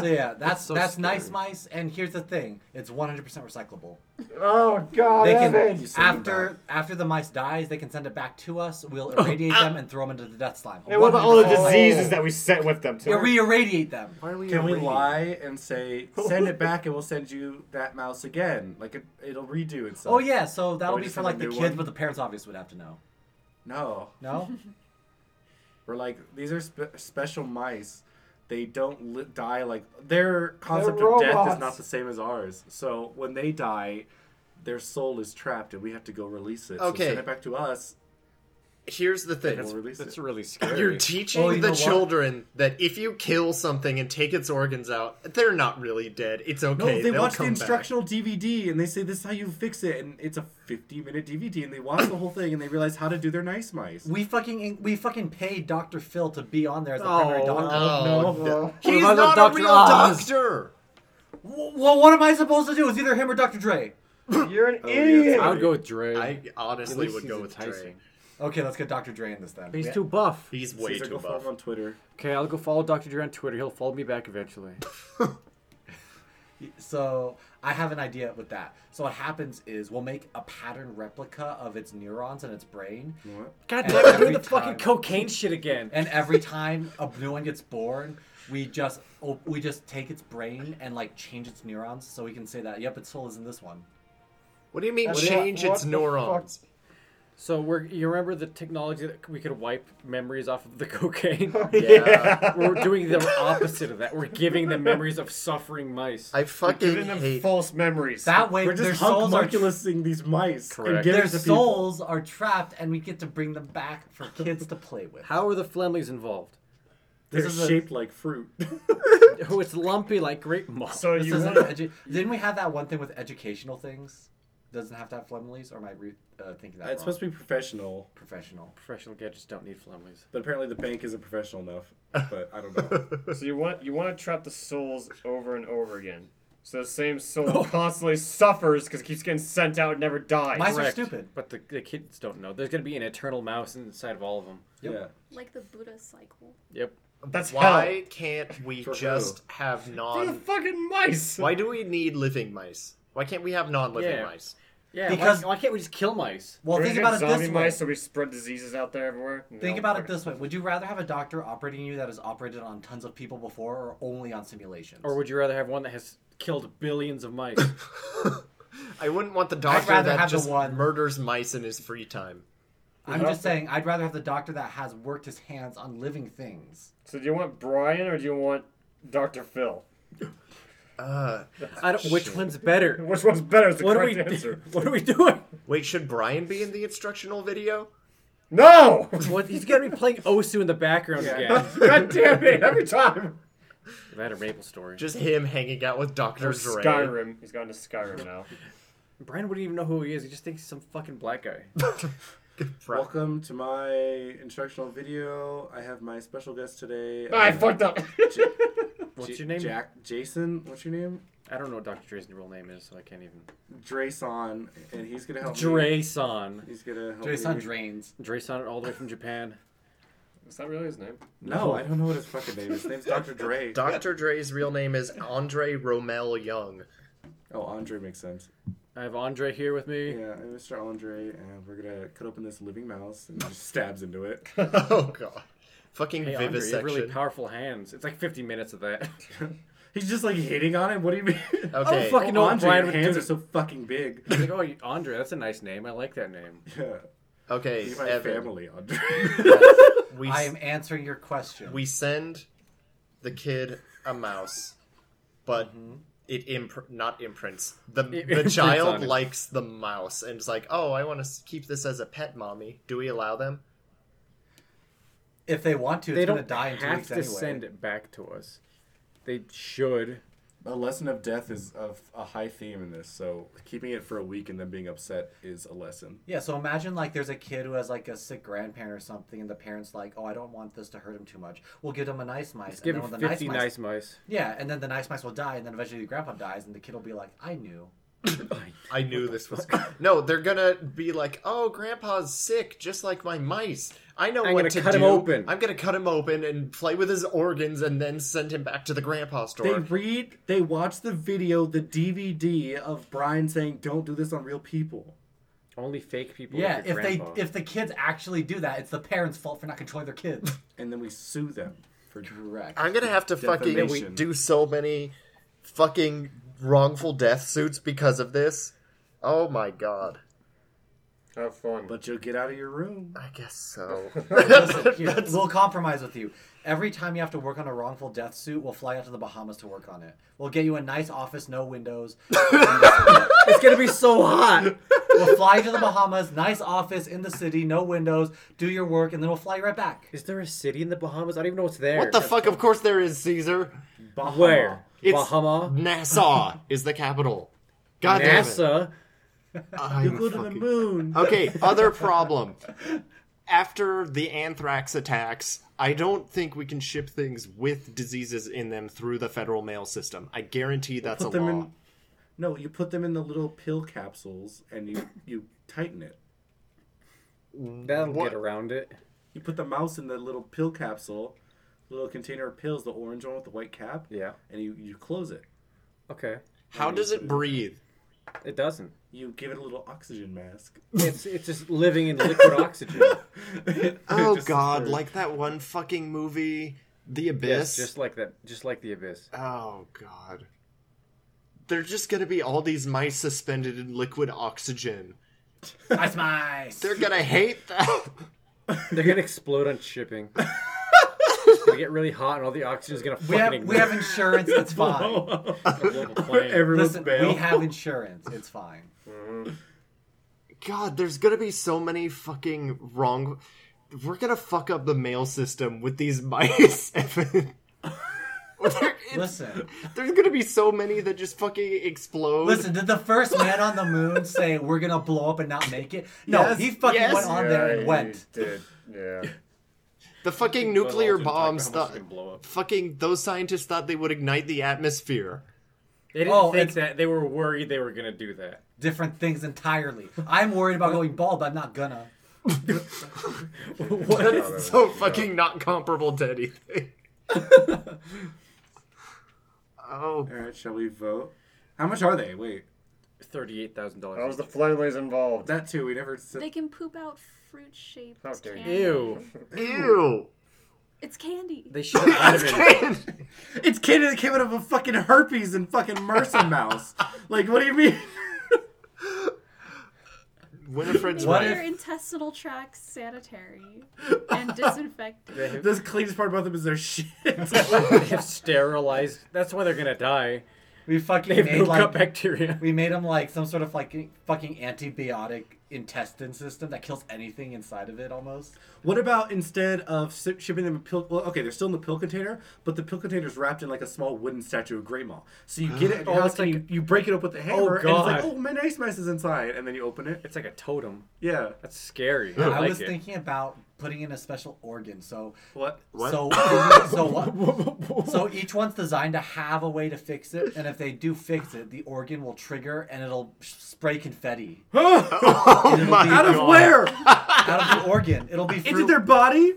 A: so yeah, that's
E: so
A: that's nice
E: scary.
A: mice. And here's the thing: it's 100% recyclable.
F: oh God,
A: They can
F: Evan.
B: You send them
A: after after the mice dies, they can send it back to us. We'll irradiate them and throw them into the death slime.
F: And what about all the
A: 100%.
F: diseases that we set with them? Too?
A: Yeah, we irradiate them.
B: Can we lie and say send it back and we'll send you that mouse again? Like it, it'll redo itself.
A: Oh yeah, so that'll
B: we
A: be
B: just
A: for
B: have a
A: like the
B: new
A: kids,
B: one?
A: but the parents obviously would have to know.
B: No,
A: No.
B: we're like these are spe- special mice. They don't li- die like their concept
F: They're
B: of death
F: robots.
B: is not the same as ours. So when they die, their soul is trapped and we have to go release it.
E: Okay.
B: so send it back to us.
E: Here's the thing.
B: We'll release
D: That's
B: it.
D: really scary.
E: You're teaching
A: Well, you know
E: the
A: what?
E: children that if you kill something and take its organs out, they're not really dead. It's okay.
B: No, they
E: will
B: watch the
E: come
B: instructional DVD and they say this is how you fix it, and it's a 50 minute DVD, and they watch the whole thing and they realize how to do their nice mice.
A: We fucking we fucking paid Dr. Phil to be on there as the
D: Oh,
A: primary doctor.
E: Back.
D: no.
E: Oh, no. He's
D: about
E: not
D: Dr.
E: a real
D: Oz?
E: doctor.
A: W- Well, what am I supposed to do? It's either him or Dr. Dre.
F: You're an
B: Oh, yeah,
F: idiot.
B: it's-
D: I would go with Dre.
E: I honestly would go with Dre.
D: Tyson.
A: Okay, let's get Dr. Dre in this then.
G: He's too buff.
E: He's way
B: Caesar,
E: too
B: go follow
E: buff.
B: him on Twitter.
D: Okay, I'll go follow Dr. Dre on Twitter. He'll follow me back eventually.
A: So I have an idea with that. So what happens is we'll make a pattern replica of its neurons and its brain,
B: What?
D: God
A: And
D: damn it, doing
A: every
D: the fucking
A: time-
D: cocaine shit again.
A: and every time a new one gets born, we just op- we just take its brain and like change its neurons so we can say that yep, its soul is in this one.
E: What do you mean
G: What the-
E: change
G: what
E: its
G: the fuck?
E: neurons?
D: So we're you remember the technology that we could wipe memories off of the cocaine?
E: Uh, Yeah.
D: we're doing the opposite of that. We're giving them memories of suffering mice.
E: I
F: Giving
E: fucking
F: them
E: hate.
F: false memories.
A: That way,
B: We're
A: their
B: just
A: souls are
B: homunculusing these mice.
D: Correct.
B: And giving
A: their
B: it to people.
A: souls are trapped, and we get to bring them back for kids to play with.
D: How are the Flemleys involved?
B: They're
A: This is a-
B: shaped like fruit.
D: Oh, it's lumpy like grape moss.
F: so
A: This
F: you
A: is an
F: want
A: edu- didn't we have that one thing with educational things? Doesn't have to have Flemleys, or am I re- uh, thinking that wrong?
B: it's supposed to be professional,
A: professional?
D: Professional gadgets don't need Flemleys.
B: but apparently the bank isn't professional enough. But I don't know.
F: so you want you want to trap the souls over and over again. So the same soul constantly suffers because it keeps getting sent out and never dies.
A: My- Mice are stupid.
D: But the, the kids don't know. There's gonna be an eternal mouse inside of all of them.
A: Yep.
B: Yeah.
C: Like the Buddha cycle.
D: Yep.
F: That's
E: Why can't we
B: For who?
E: just have
F: hell. They're
E: non?
F: fucking mice.
E: Why do we need living mice? Why can't we have non-living
D: Yeah.
E: mice?
D: Yeah.
A: Because-
D: why, why can't we just kill mice?
A: Well,
F: We're
A: think
F: gonna
A: about it
F: get
A: this
F: zombie
A: way.
F: mice, so we spread diseases out there everywhere.
A: Think
F: No,
A: about it
F: fuck
A: this way: Would you rather have a doctor operating you that has operated on tons of people before, or only on simulations?
D: Or would you rather have one that has killed billions of mice?
E: I wouldn't want the doctor
A: rather
E: that
A: have the
E: just
A: one-
E: murders mice in his free time.
A: I'm just saying, I'd rather have the doctor that has worked his hands on living things.
F: So do you want Brian or do you want Doctor Phil?
E: Uh,
D: I don't, which one's better?
F: Which one's better? Is the
D: What are we?
F: correct answer.
D: What are we doing?
E: wait, should Brian be in the instructional video?
F: No!
D: What, he's gonna be playing Osu in the background again.
F: God damn it! Every time.
D: That or Maple Story.
E: Just him hanging out with Doctor Dre.
F: Skyrim. He's gone to Skyrim now.
D: Brian wouldn't even know who he is. He just thinks he's some fucking black guy.
E: Right.
B: Welcome to my instructional video. I have my special guest today.
F: I
B: uh,
F: fucked up.
B: J-
D: What's
B: J-
D: your name?
B: Jack Jason. What's your name?
D: I don't know what Dr. Dre's real name is, so I can't even.
B: Drayson, and he's gonna help me.
D: Dre-san.
B: He's gonna help
A: Jason
B: me.
A: drains.
D: Dre-san all the way from Japan.
F: Is that really his name?
D: Oh.
B: No, I don't know what his fucking name is. His name's Dr. Dre.
E: Dr. Dre's real name is Andre Romel Young.
B: oh, Andre makes sense.
D: I have Andre here with me.
B: Yeah, I'm Mr. Andre, and we're gonna cut open this living mouse and he just stabs into it.
E: oh god. Fucking
D: Hey, Andre, you
E: vivisection.
D: have really powerful hands. It's like 50 minutes of that.
B: He's just like hitting on him. What do you mean? Oh,
E: okay.
D: fuck- Oh, Fucking know what
B: Andre,
D: Brian
B: your
D: would
B: hands
D: do.
B: are so fucking big.
D: It's like, oh, you- Andre, that's a nice name. I like that name.
B: Yeah,
E: okay,
B: he's my
E: Evan.
B: family, Andre.
E: We
A: I am answering your question.
E: we send the kid a mouse, but it imp- not imprints. The the
D: imprints on
E: child
D: Mm-hmm. it.
E: likes the mouse and is like, "Oh, I want to keep this as a pet, mommy." Do we allow them?
A: if they want to, it's
D: they
A: gonna
D: don't
A: die in two
D: have
A: weeks
D: to
A: anyway.
D: send it back to us. They should.
B: a lesson of death is of a high theme in this, so keeping it for a week and then being upset is a lesson.
A: Yeah, so imagine like there's a kid who has like a sick grandparent or something, and the parents like, oh, I don't want this to hurt him too much. We'll give him a nice mice.
D: Give
A: and
D: him
A: then when the
D: 50
A: mice,
D: nice mice.
A: Yeah, and then the nice mice will die, and then eventually the grandpa dies, and the kid will be like, I knew.
E: I knew this was no. They're gonna be like, "Oh, Grandpa's sick, just like my mice. I know
D: I'm
E: what
D: gonna
E: to
D: cut
E: do.
D: him open."
E: I'm gonna cut him open and play with his organs, and then send him back to the grandpa
B: They
E: store."
B: read, they watch the video, the DVD of Brian saying, "Don't do this on real people."
D: Only fake people.
A: Yeah,
D: like
A: if
D: your grandpa.
A: they if the kids actually do that, it's the parents' fault for not controlling their kids.
B: and then we sue them for
A: Correct.
E: I'm gonna have to fucking
B: Defamation.
E: do so many fucking wrongful death suits because of this. Oh my god.
F: Have fun.
B: but you'll get out of your room
E: I guess so.
A: Listen, here, we'll compromise with you. Every time you have to work on a wrongful death suit, we'll fly out to the Bahamas to work on it. We'll get you a nice office, no windows.
D: it's gonna be so hot.
A: we'll fly you to the Bahamas, nice office in the city, no windows. Do your work, and then we'll fly you right back.
D: Is there a city in the Bahamas? I don't even know what's there.
E: what the fuck? Of course there is Caesar.
B: Bahama.
D: Where?
E: It's
D: Bahama.
E: Nassau is the capital. God damn it.
D: NASA.
E: I'm
B: go to the
E: fucking-
B: moon
E: Okay, other problem. After the anthrax attacks, I don't think we can ship things with diseases in them through the federal mail system. I guarantee that's
B: put
E: a
B: them
E: law.
B: in no you put them in the little pill capsules and you you tighten it
D: That'll
E: What-
D: get around it.
B: You put the mouse in the little pill capsule, little container of pills, the orange one with the white cap.
D: Yeah.
B: And you, you close it.
D: Okay.
E: How does it breathe?
D: It doesn't.
B: You give it a little oxygen mask.
D: It's it's just living in liquid oxygen.
E: Oh
B: Just-
E: god, like that one fucking movie, The
D: Yes,
E: Abyss.
D: just like that. Just like the abyss.
E: Oh god. There's just gonna be all these mice suspended in liquid oxygen.
A: Ice mice.
E: They're gonna hate that.
D: They're gonna explode on shipping. it's gonna get really hot, and all the oxygen's gonna
A: We have,
D: fucking.
A: we have insurance. It's fine.
B: Everyone's
A: Listen,
B: bail.
A: we have insurance. It's fine.
E: God, there's gonna be so many fucking wrong. We're gonna fuck up the mail system with these mice, Evan. There- it's-
A: Listen,
E: there's gonna be so many that just fucking explode.
A: listen. Did the first man on the moon say we're gonna blow up and not make it? No,
E: Yes,
A: he fucking
E: yes.
A: went on there and
F: he
A: went.
F: Did yeah.
E: the fucking nuclear bombs. Th- fucking those scientists thought they would ignite the atmosphere.
D: They didn't
A: Oh,
D: think
A: it's-
D: that. They were worried they were gonna do that.
A: Different things entirely. I'm worried about going bald, but I'm not gonna.
E: That is so fucking not comparable to anything. oh,
B: All right, shall we vote? How much are they? Wait,
D: Thirty-eight thousand
F: That was
D: dollars.
F: the Flemleys involved.
B: that too. We never said.
C: They can poop out fruit shaped
F: How dare you.
C: candy.
D: Ew.
E: ew.
C: It's candy.
D: They should have automated.
B: It's kid that came out of a fucking herpes and fucking MRSA mouse. Like, what do you mean?
E: Winifred's
A: What
E: right.
A: if-
C: Their intestinal tracts sanitary and disinfected.
B: the cleanest part about them is their shit.
D: They have sterilized. That's why they're gonna die.
A: We fucking
D: They have
A: made
D: no
A: like
D: gut bacteria.
A: we made him like some sort of like fucking antibiotic intestine system that kills anything inside of it almost.
B: what about instead of si- shipping them a pill? Well, okay, they're still in the pill container, but the pill container's wrapped in like a small wooden statue of Grey Maul. So you get it at your
D: Oh,
B: house
D: it's
B: and
D: like-
B: you, you break it up with the hammer, and
D: God.
B: it's like, oh, my nice mouse is inside. And then you open it.
D: It's like a totem.
B: Yeah.
D: That's scary. I,
A: I,
D: like
A: was
D: it.
A: thinking about putting in a special organ, so
B: What?
E: What?
A: so so what? so each one's designed to have a way to fix it, and if they do fix it, the organ will trigger and it'll sh- spray confetti
E: Oh my
B: Out of
E: god.
B: where?
A: out of the organ. It'll be
B: Into
A: fruit.
B: their body?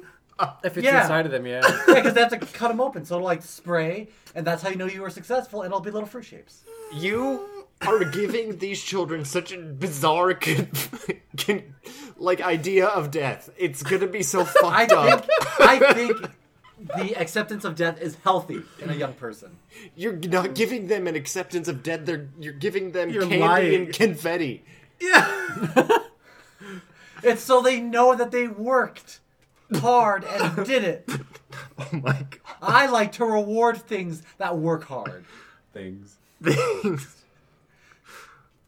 D: If it's
A: Yeah.
D: inside of them, yeah.
A: yeah, because they have to cut them open, so it'll like spray, and that's how you know you were successful. And it'll be little fruit shapes.
E: You are giving these children such a bizarre con- con- like idea of death. It's gonna be so fucked
A: I
E: up.
A: think I think the acceptance of death is healthy in a young person.
E: You're not giving them an acceptance of death. They're you're giving them
B: You're
E: candy
B: lying.
E: and confetti.
A: It's so they know that they worked hard and did it.
E: Oh my god.
A: I like to reward things that work hard.
B: Things.
E: Things.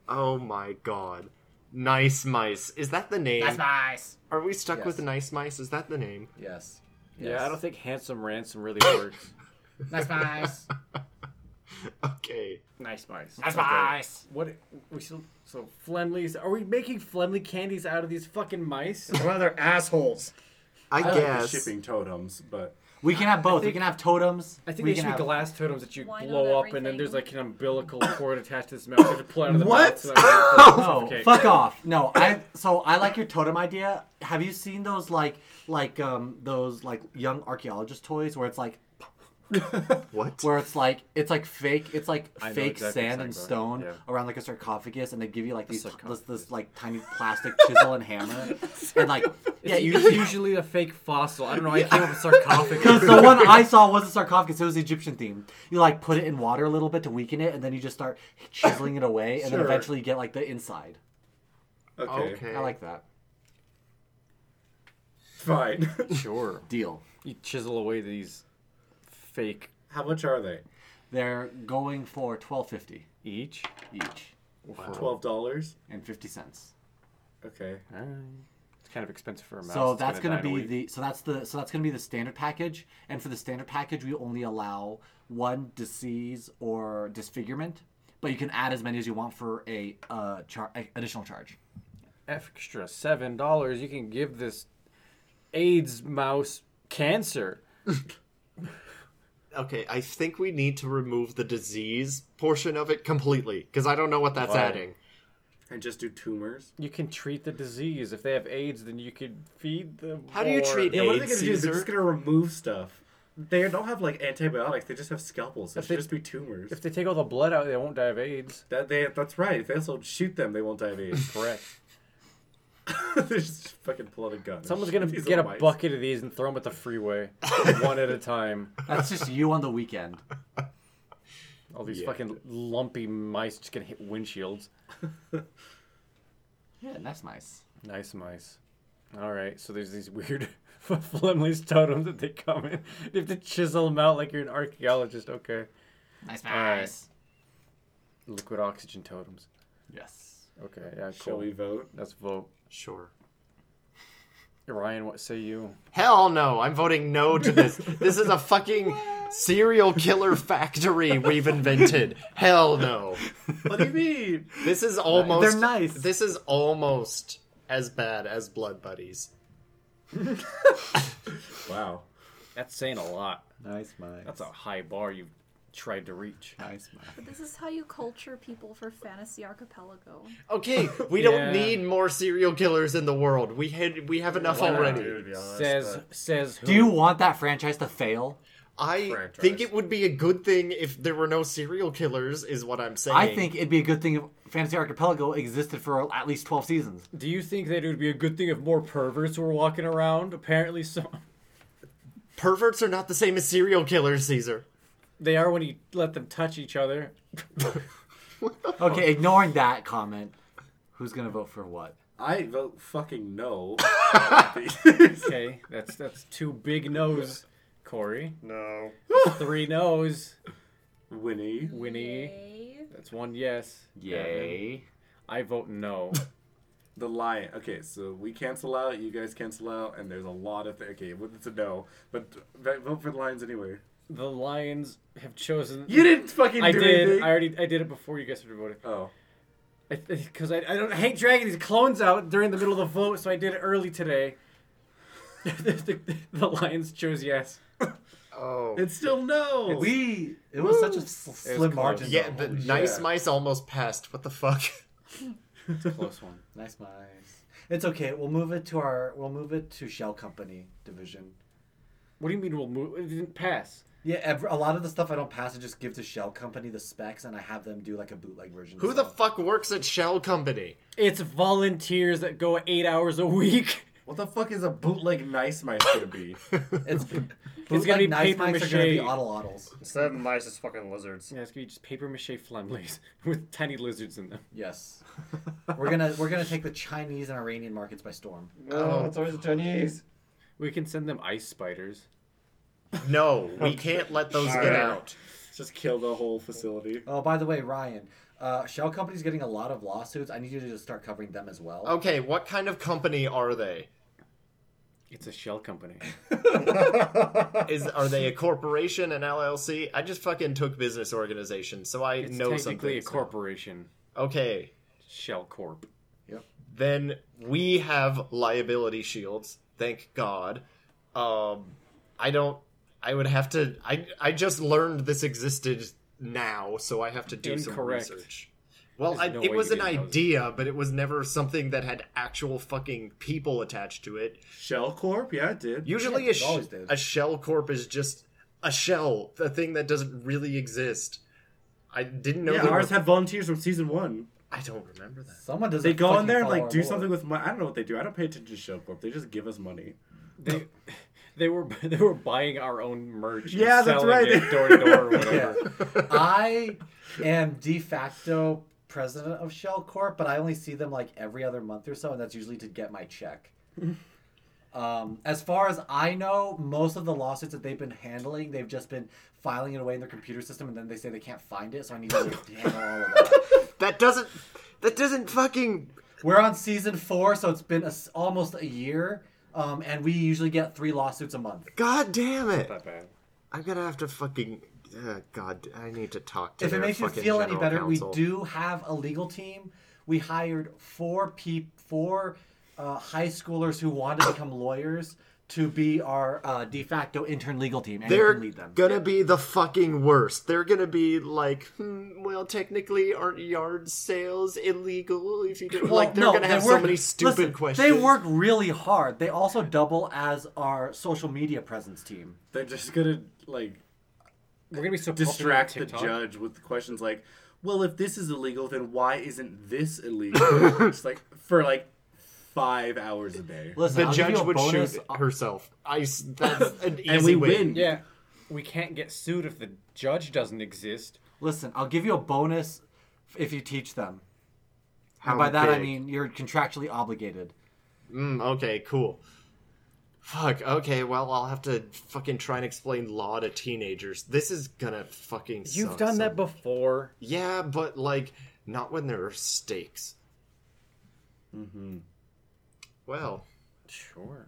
E: Oh my god. Nice mice. Is that the name?
A: nice.
E: Are we stuck with
A: Yes.
E: nice mice? Is that the name?
A: Yes.
D: Yeah, I don't think handsome ransom really works.
A: That's nice.
E: Okay.
D: nice mice.
A: nice.
D: What we still so Flemleys? Are we making Flemley candies out of these fucking mice?
F: Well, they're assholes.
E: I,
B: I like the
E: guess.
B: shipping totems, but
A: We can have both. we
D: think-
A: can have totems.
D: I think
A: we
D: they should
A: can
D: be glass totems that you
C: Wine
D: blow
C: on
D: up, and then there's
C: everything.
D: like an umbilical cord attached to this mouth. You have to pull it out of the
B: What?
D: mouth. so that-
A: No,
D: Okay.
A: Oh, fuck off. No, I. So I like your totem idea. Have you seen those like like um those like young archaeologist toys where it's like
E: What?
A: where it's like it's like fake it's like
D: I know
A: fake
D: exactly
A: sand
D: what
A: and
D: you're talking
A: stone
D: about,
A: around like a sarcophagus and they give you like these this,
D: sarcophagus.
A: this like tiny plastic chisel and hammer and like yeah you,
D: It's
A: you
D: usually a fake fossil. I don't know. I came up with sarcophagus.
A: Because the one I saw was a sarcophagus. It was Egyptian themed. You like put it in water a little bit to weaken it, and then you just start chiseling it away, and
B: Sure.
A: then eventually you get like the inside.
B: okay.
E: Okay.
A: I like that.
B: Fine.
D: sure.
A: Deal.
D: You chisel away these fake
B: How much are they?
A: They're going for twelve fifty
D: each.
A: each
B: $12?
A: and fifty cents.
B: Okay.
D: Uh, It's kind of expensive for a mouse.
A: So
D: It's
A: that's gonna
D: die in a
A: be
D: week.
A: the so that's the so that's gonna be the standard package. And for the standard package, we only allow one disease or disfigurement, but you can add as many as you want for a uh char- a- additional charge.
D: extra seven dollars, you can give this AIDS mouse cancer.
E: Okay, I think we need to remove the disease portion of it completely because I don't know what that's
D: Why?
E: adding.
B: and just do tumors.
D: You can treat the disease. If they have AIDS, then you could feed them.
E: How do you
D: more.
E: treat
B: Yeah, what are they
E: AIDS,
B: gonna do? They're
E: Caesar?
B: just gonna remove stuff. They don't have like antibiotics. They just have scalpels. It
D: they-
B: should just be tumors.
D: If they take all the blood out, they won't die of AIDS.
B: That they that's right. If they also shoot them, they won't die of AIDS.
D: Correct.
B: they just fucking pull out a gun. and
D: Someone's
B: shoot
D: gonna
B: these
D: get a
B: little mice.
D: bucket of these and throw them at the freeway, one at a time.
A: That's just you on the weekend.
D: All these fucking lumpy mice just gonna hit windshields.
A: Yeah, that's nice.
D: Nice mice. All right, so there's these weird Flimley's totems that they come in. You have to chisel them out like you're an archaeologist. Okay.
A: Nice,
D: right.
A: nice.
D: Liquid oxygen totems.
A: Yes.
D: Okay, yeah,
B: Shall
D: cool.
B: we vote?
D: Let's vote.
E: Sure.
D: Ryan, what say you?
E: Hell no, I'm voting no to this. this is a fucking serial killer factory we've invented. Hell no.
B: What do you mean?
E: This is almost
A: They're nice.
E: This is almost as bad as Blood Buddies.
B: wow.
D: That's saying a lot.
A: Nice, mice.
D: That's a high bar you've tried to reach.
A: nice, mice.
C: But this is how you culture people for Fantasy Archipelago.
E: Okay, we
D: Yeah.
E: don't need more serial killers in the world. We had we have enough
F: Why not,
E: already.
F: dude, to be honest,
D: Says
F: but-
D: says who?
A: Do you want that franchise to fail?
E: I
F: Franchise.
E: think it would be a good thing if there were no serial killers, is what I'm saying.
A: I think it'd be a good thing if Fantasy Archipelago existed for at least 12 seasons.
D: Do you think that it would be a good thing if more perverts were walking around? Apparently, so
E: perverts are not the same as serial killers, Caesar.
D: they are when you let them touch each other.
A: Okay, ignoring that comment, who's gonna vote for what?
B: I vote fucking no.
D: Okay, that's that's two big no's, Corey.
F: No.
D: Three no's,
B: Winnie.
D: Winnie.
C: Yay.
D: That's one yes.
A: Yay.
D: I vote no.
B: The lion. Okay, so we cancel out, you guys cancel out, and there's a lot of. Th- okay, well, it's a no. But v- vote for the lions anyway.
D: The Lions have chosen.
B: You didn't fucking
D: I
B: do
D: did.
B: anything.
D: I already. I did it before you guys started voting.
B: Oh.
D: Because I, I, don't I hate dragging these clones out during the middle of the vote, so I did it early today. the, the, the Lions chose yes.
E: Oh.
B: It's still no.
A: We. It was such a s- slim
D: close.
A: margin.
E: Oh, yeah,
A: though.
E: the
A: Holy
E: nice
B: shit.
E: mice almost passed. What the fuck?
D: Close one.
A: shit. Nice mice. It's okay. We'll move it to our. We'll move it to Shell Company division.
D: What do you mean we'll move? It didn't pass.
A: Yeah, ev a lot of the stuff I don't pass, I just give to Shell Company the specs, and I have them do like a bootleg version.
E: Who the fuck works at Shell Company?
D: It's volunteers that go eight hours a week.
B: What the fuck is a bootleg nice mice gonna be?
A: It's,
D: It's gonna be
A: nice
D: paper
A: mice are gonna be
D: mache.
A: auto autos.
F: Instead of mice, it's fucking lizards.
D: Yeah, it's gonna be just paper mache flemleys with tiny lizards in them.
A: Yes, we're gonna we're gonna take the Chinese and Iranian markets by storm.
E: Oh. it's
F: always the Chinese.
D: We can send them ice spiders.
E: No, we can't let those get
F: Alright.
E: out.
B: Just kill the whole facility.
A: Oh, by the way, Ryan, uh, Shell Company's getting a lot of lawsuits. I need you to just start covering them as well.
B: Oh,
E: Okay, what kind of company are they?
D: It's a shell company.
E: Is are they a corporation, an LLC? I just fucking took business organization, so I
D: It's
E: know
D: technically
E: something.
D: a corporation.
E: Okay,
D: Shell Corp.
E: then we have liability shields. Thank God. Um, I don't. I would have to. I I just learned this existed now, so I have to do some
D: Incorrect.
E: research. Well,
D: There's
E: I,
D: no
E: it
D: way
E: was
D: you
E: an
D: didn't know this.
E: idea, but it was never something that had actual fucking people attached to it.
B: Shell Corp? Yeah, it did.
E: Usually,
A: Yeah,
E: a,
A: it
E: sh-
A: always did.
E: a shell corp is just a shell, a thing that doesn't really exist. I didn't know.
B: yeah,
E: there
B: ours
E: were-
B: had volunteers from season one.
E: I don't remember that.
A: Someone does.
B: They go in there and like do something with money. I don't know what they do. I don't pay attention to Shell Corp. They just give us money.
D: They they were they were buying our own merch. and
B: Yeah, that's
D: selling
B: right.
D: it Door to door or whatever.
A: Yeah. I am de facto president of Shell Corp, but I only see them like every other month or so, and that's usually to get my check. Um, as far as I know, most of the lawsuits that they've been handling, they've just been filing it away in their computer system, and then they say they can't find it, so I need to handle all of that.
E: That doesn't. That doesn't fucking
A: We're on season four, so it's been a s almost a year, um, and we usually get three lawsuits a month.
E: God damn it!
D: Not bad.
E: I'm gonna have to fucking. Uh, God, I need to talk to.
A: if it
E: their
A: makes you
E: fucking
A: feel any
E: general
A: better,
E: counsel.
A: we do have a legal team. We hired four peop, four uh, high schoolers who wanted to become lawyers to be our uh, de facto intern legal team and you
E: They're
A: can lead them.
E: gonna be the fucking worst. They're gonna be like, hmm, well, technically, aren't yard sales illegal? If you do,
A: Well,
E: like, they're
A: no,
E: gonna
A: they
E: have so
A: work-
E: many stupid
A: listen,
E: questions.
A: They work really hard. They also double as our social media presence team.
B: They're just gonna like
D: We're gonna be so popular on
B: distract the
D: TikTok.
B: judge with questions like, "Well, if this is illegal, then why isn't this illegal?" It's like for like five hours a day,
A: Listen,
E: The
A: I'll give
E: judge
A: you a
E: would
A: bonus.
E: shoot herself. I. s- That's an uh, easy
B: and we
E: win.
B: win.
D: Yeah, we can't get sued if the judge doesn't exist.
A: Listen, I'll give you a bonus if you teach them.
E: How
A: and by that I
E: big?
A: mean you're contractually obligated.
E: Mm, okay, cool. Fuck. Okay, well, I'll have to fucking try and explain law to teenagers. This is gonna fucking.
D: You've
E: suck
D: done
E: so
D: that before.
E: Yeah, but like not when there are stakes. Mm-hmm. Well,
D: Sure.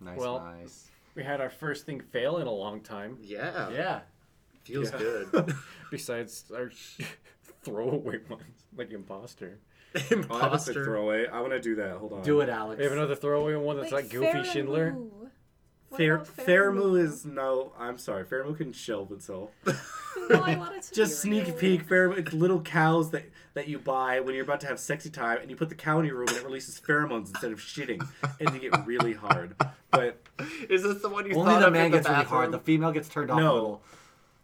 A: Nice,
D: Well-
A: nice.
D: We had our first thing fail in a long time.
E: yeah,
A: Yeah.
E: feels good.
D: Besides our throwaway ones, like imposter.
B: Oh, I have a
E: Imposter.
B: throwaway. I want to do that. Hold on.
A: Do it, Alex.
D: We have another throwaway one that's like Goofy Schindler.
B: Fair Fairmoo is no. I'm sorry. Fairmoo can shelve itself.
C: No, I want it to
B: Just
C: be
B: sneak
C: real.
B: peek. Pheromone. It's little cows that that you buy when you're about to have sexy time, and you put the cow in your room, and it releases pheromones instead of shitting, and you get really hard. But
E: Is this the one you
A: Only
E: thought
A: the
E: of
A: man
E: in the
A: gets really hard. The
E: bathroom?
A: female gets turned off a
B: No.
A: little.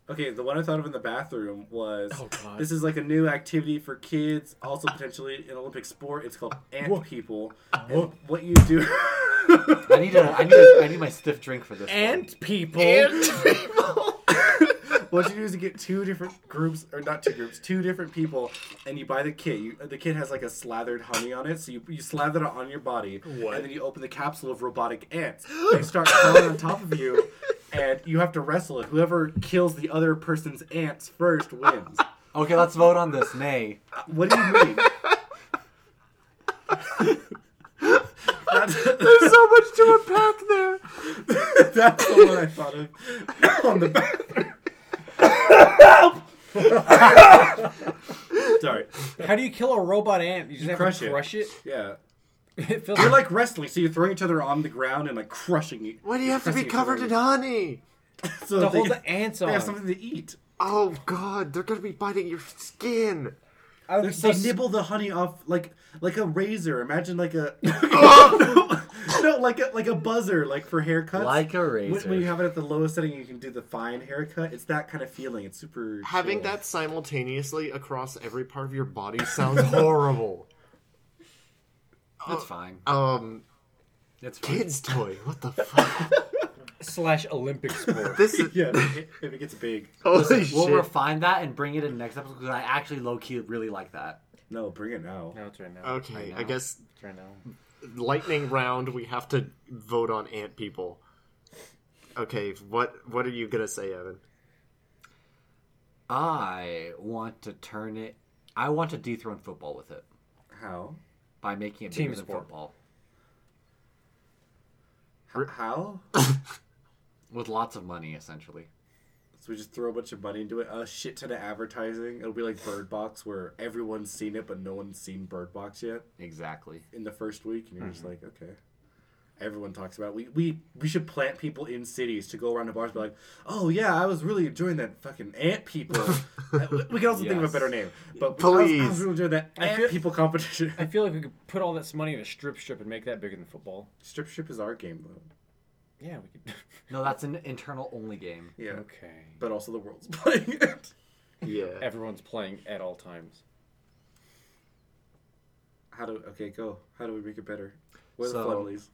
B: Okay, the one I thought of in the bathroom was
D: Oh, God.
B: this is like a new activity for kids, also potentially an Olympic sport. It's called ant people. And what you do?
A: I need a I need a, I need my stiff drink for this. one.
D: And people.
B: what you do is you get two different groups, or not two groups, two different people, and you buy the kit. You, the kit has like a slathered honey on it, so you, you slather it on your body, and then you open the capsule of robotic ants. They start crawling on top of you, and you have to wrestle it. Whoever kills the other person's ants first wins.
A: Okay, let's vote on this. Nay.
B: What do you mean? that's,
E: There's so much to unpack there.
B: that's the one I thought of on the back. Sorry.
D: How do you kill a robot ant? You just have
B: crush
D: to
B: it.
D: crush it.
B: Yeah.
D: It feels
B: You're
D: like
B: like wrestling, so you're throwing each other on the ground and like crushing it.
E: Why do you have to be
B: Pressing each other
E: covered in honey?
D: to
B: so they,
D: hold the ants
B: they
D: on.
B: have something to eat.
E: Oh god, they're gonna be biting your skin.
D: I would
B: They,
D: be so s-
B: nibble the honey off like like a razor. Imagine like a no, like a like a buzzer, like for haircuts.
A: Like a
B: When-
A: razor.
B: When you have it at the lowest setting, you can do the fine haircut. It's that kind of feeling. It's super
E: Having
B: chill.
E: that simultaneously across every part of your body sounds horrible.
A: It's fine.
E: Um,
A: It's fine.
E: kids' toy. What the fuck?
D: slash Olympic sport.
E: This is
B: Yeah, if it- if it gets big.
E: holy
A: We'll
E: shit.
A: refine that and bring it in next episode because I actually low key really like that.
B: No, bring it now.
D: no, it's right now.
E: Okay,
A: Right
E: I
A: now.
E: guess
D: It's right now.
E: lightning round. We have to vote on ant people. Okay, what what are you gonna say, Evan?
A: I want to turn it. I want to dethrone football with it
B: How?
A: by making it
D: Team
A: bigger than
D: sport.
A: football
B: H- How?
A: with lots of money, essentially.
B: So we just throw a bunch of money into it, a shit ton of advertising. It'll be like Bird Box, where everyone's seen it, but no one's seen Bird Box yet
A: Exactly.
B: in the first week, and you're
A: Mm-hmm.
B: just like, okay. Everyone talks about it. we we we should plant people in cities to go around to bars, and be like, oh yeah, I was really enjoying that fucking ant people. Uh, we- we can also think of
A: Yes.
B: a better name, but I was, I
E: Please.
B: was really enjoying that
D: I
B: ant
D: feel-
B: people competition.
D: I feel like we could put all this money in a strip strip and make that bigger than football.
B: Strip strip is our game though.
D: Yeah, we could.
A: No, that's an internal only game.
B: Yeah,
D: okay.
B: but also the world's playing it.
E: Yeah,
D: Everyone's playing at all times.
B: How do okay go? How do we make it better? Where the
A: So-
B: funnelies?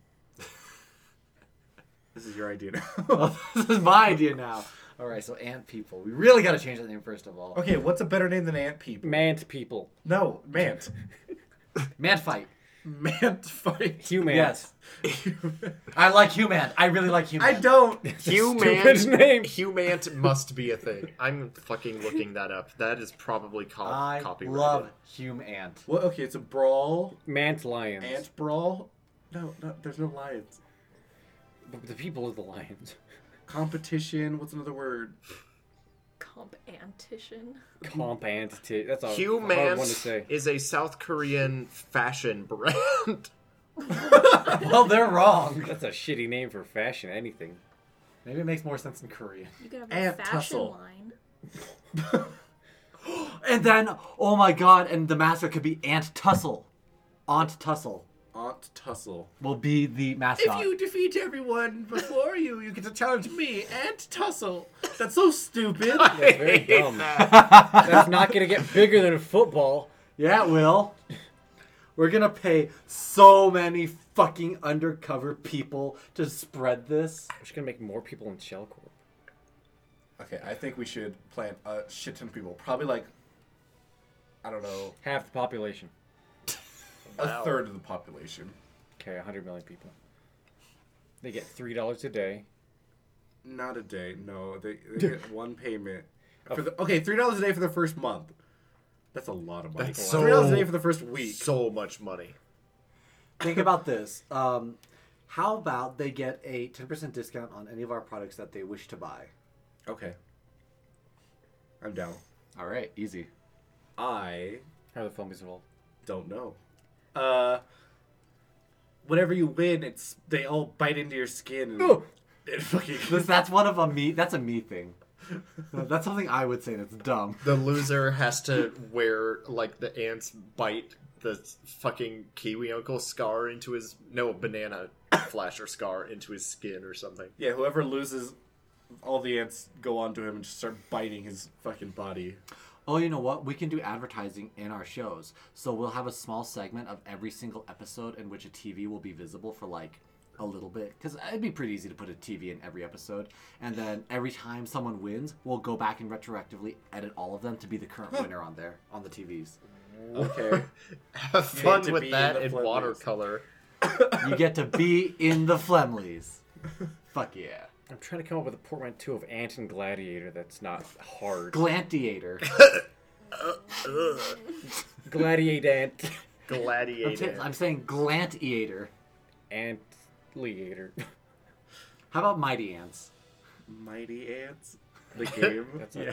B: this is your idea now.
A: Well, this is my idea now. All right, so ant people. We really got to change that name first of all.
B: Okay, what's a better name than ant people?
D: Mant people.
B: No, mant.
A: Man fight.
B: mant fight.
D: Human.
A: Yes, I like human. I really like human.
B: I don't.
E: human
D: stupid name.
E: Human must be a thing. I'm fucking looking that up. That is probably co-
A: I
E: copyrighted.
A: love human ant.
B: Well, okay, it's a brawl.
D: Mant lions.
B: Ant brawl. No, no, there's no lions.
D: But the people are the lions.
B: Competition. What's another word?
C: Comp antition.
D: Comp ant. That's a hard one
E: Human
D: to say.
E: is a South Korean fashion brand.
A: Well, they're wrong.
D: That's a shitty name for fashion. Anything.
A: Maybe it makes more sense in Korean.
C: You could have
B: And
C: a fashion
B: tussle.
C: line.
A: And then, oh my god, and the master could be Aunt Tussle. Aunt Tussle
B: Aunt Tussle.
A: will be the mascot.
B: defeat everyone before you, you get to challenge me, Aunt Tussle. That's so stupid.
D: That's very dumb. That's not gonna get bigger than football.
A: Yeah, it will. We're gonna pay so many fucking undercover people to spread this.
D: We're just gonna make more people in Shell Corp.
B: okay, I think we should plant a shit ton of people. Probably like, I don't know,
D: Half the population.
B: a third of the population.
D: Okay, 100 million people. They get three dollars a day.
B: Not a day. No, they, they get one payment for the okay three dollars a day for the first month. That's a lot of money.
E: That's so-
B: three dollars a day for the first week.
E: So much money.
A: Think about this. Um, how about they get a 10% discount on any of our products that they wish to buy?
B: okay, I'm down.
A: All right, easy.
B: I
D: How the film is involved.
B: don't know. Uh, whenever you win, it's they all bite into your skin. And,
D: No.
B: and fucking
A: This, that's one of a me. That's a me thing. That's something I would say, and it's dumb.
E: The loser has to wear like the ants bite the fucking kiwi uncle scar into his no banana flash or scar into his skin or something.
B: yeah, whoever loses, all the ants go onto him and just start biting his fucking body.
A: Oh, you know what? We can do advertising in our shows. So we'll have a small segment of every single episode in which a TV will be visible for like a little bit. Because it'd be pretty easy to put a TV in every episode. And then every time someone wins, we'll go back and retroactively edit all of them to be the current winner on there, on the TVs.
B: Okay,
E: Have
B: You
E: fun
B: get to
E: with
B: be
E: that
B: the
E: in
B: Flintstones.
E: watercolor.
A: You get to be in the Flemleys. Fuck yeah.
D: I'm trying to come up with a portmanteau of ant and gladiator that's not hard.
A: Glantiator. I'm,
D: Gladiadant.
A: t-
E: Gladiator.
A: I'm saying Glantiator.
D: Antliator.
A: How about Mighty Ants?
B: mighty ants. The game.
D: That's a,
B: yeah.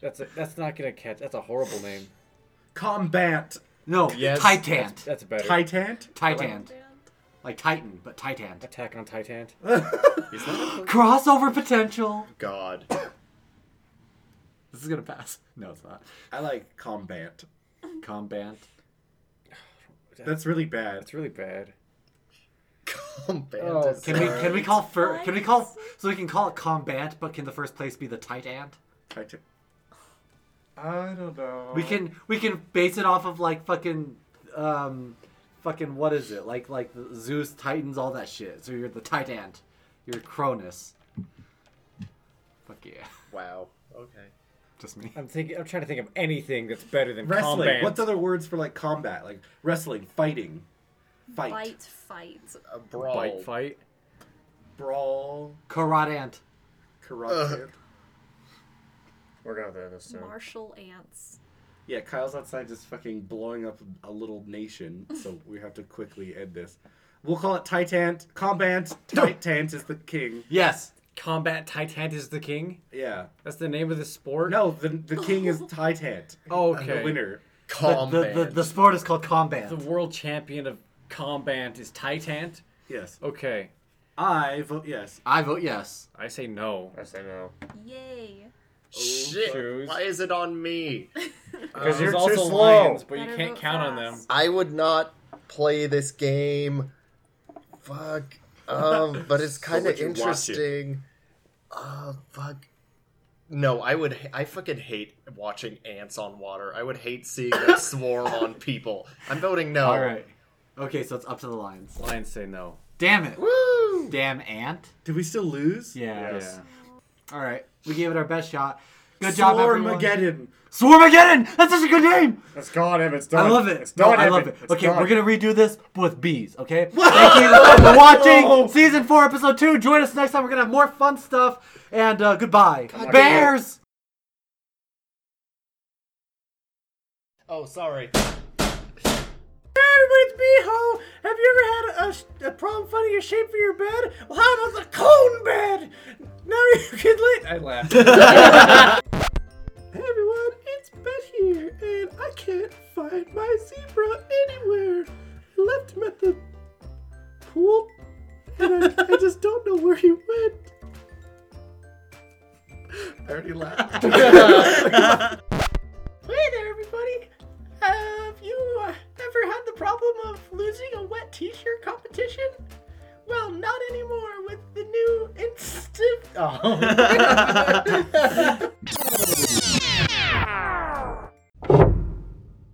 D: that's a, that's not gonna catch. That's a horrible name.
B: Combat.
A: No,
E: Yes,
A: Titan.
D: That's better.
B: Titan.
A: Titan.
C: And
A: Like Titan, but Titan.
D: Attack on Titan.
A: Crossover potential.
E: God.
A: This is gonna pass. No, it's not.
B: I like combat.
A: Combat.
B: That's really bad.
D: That's really bad.
E: Combat
D: Oh,
E: is-
A: Can we can we call fur? Can we call so we can call it combat? But can the first place be the tight ant?
B: Titan. I don't know.
A: We can we can base it off of like fucking um fucking what is it like like the Zeus Titans all that shit. So you're the tight ant. You're Cronus. Fuck yeah.
E: Wow. Okay.
A: Just me.
D: I'm thinking. I'm trying to think of anything that's better than
B: wrestling.
D: combat.
B: What's other words for like combat? Like wrestling, fighting, fight,
C: Bite fight.
E: A brawl.
D: bite fight?
B: brawl,
A: Karate ant.
B: karate.
F: We're gonna have to end this soon.
C: Martial ants.
B: Yeah, Kyle's outside just fucking blowing up a little nation, so we have to quickly end this. We'll call it Titan. Combat. Titan is the king.
A: Yes.
D: Combat Titan is the king.
B: Yeah.
D: That's the name of the sport.
B: No, the the king is Titan.
D: Okay.
B: The winner.
A: The,
E: Combat.
A: the, the, the sport is called combat.
D: The world champion of combat is Titan.
B: Yes.
D: Okay.
B: I vote yes.
A: I vote yes.
D: I say no.
F: I say no.
C: Yay.
E: Shit.
D: Shoes.
E: Why is it on me?
D: Because there's
F: you're too
D: also
F: slow.
D: lions, but you
C: Better
D: can't
C: vote
D: count on them.
C: fast.
E: I would not play this game. Fuck. Um, but it's kind of
B: would you watch it?
E: interesting. Oh, fuck. No, I would. I fucking hate watching ants on water. I would hate seeing them swarm on people. I'm voting no.
A: All right. Okay, so it's up to the lions.
D: Lions say no.
A: Damn it.
E: Woo!
A: Damn ant.
B: Did we still lose?
A: Yeah.
F: Yes.
A: All right, we gave it our best shot. Good job, everyone.
B: Swarmageddon.
A: Swarmageddon. That's such a good name.
F: It's gone, Evan. It's
A: I
F: done.
A: love it.
F: It's
A: No,
F: done,
A: I
F: Evan.
A: love it.
F: It's
A: Okay,
F: done.
A: we're gonna redo this with bees. Okay. Thank you for watching season four, episode two. Join us next time. We're gonna have more fun stuff. And uh, goodbye, bears.
E: Oh, sorry.
B: With Beho, have you ever had a, a problem finding a shape for your bed? Well, how about the cone bed? Now you can lay.
D: I laughed.
B: Hey everyone, it's Bet here, and I can't find my zebra anywhere. I left him at the
H: I already laughed.
B: Hey there, everybody! Have you uh, ever had the problem of losing a wet t shirt competition? Well, not anymore with the new Insta. Oh.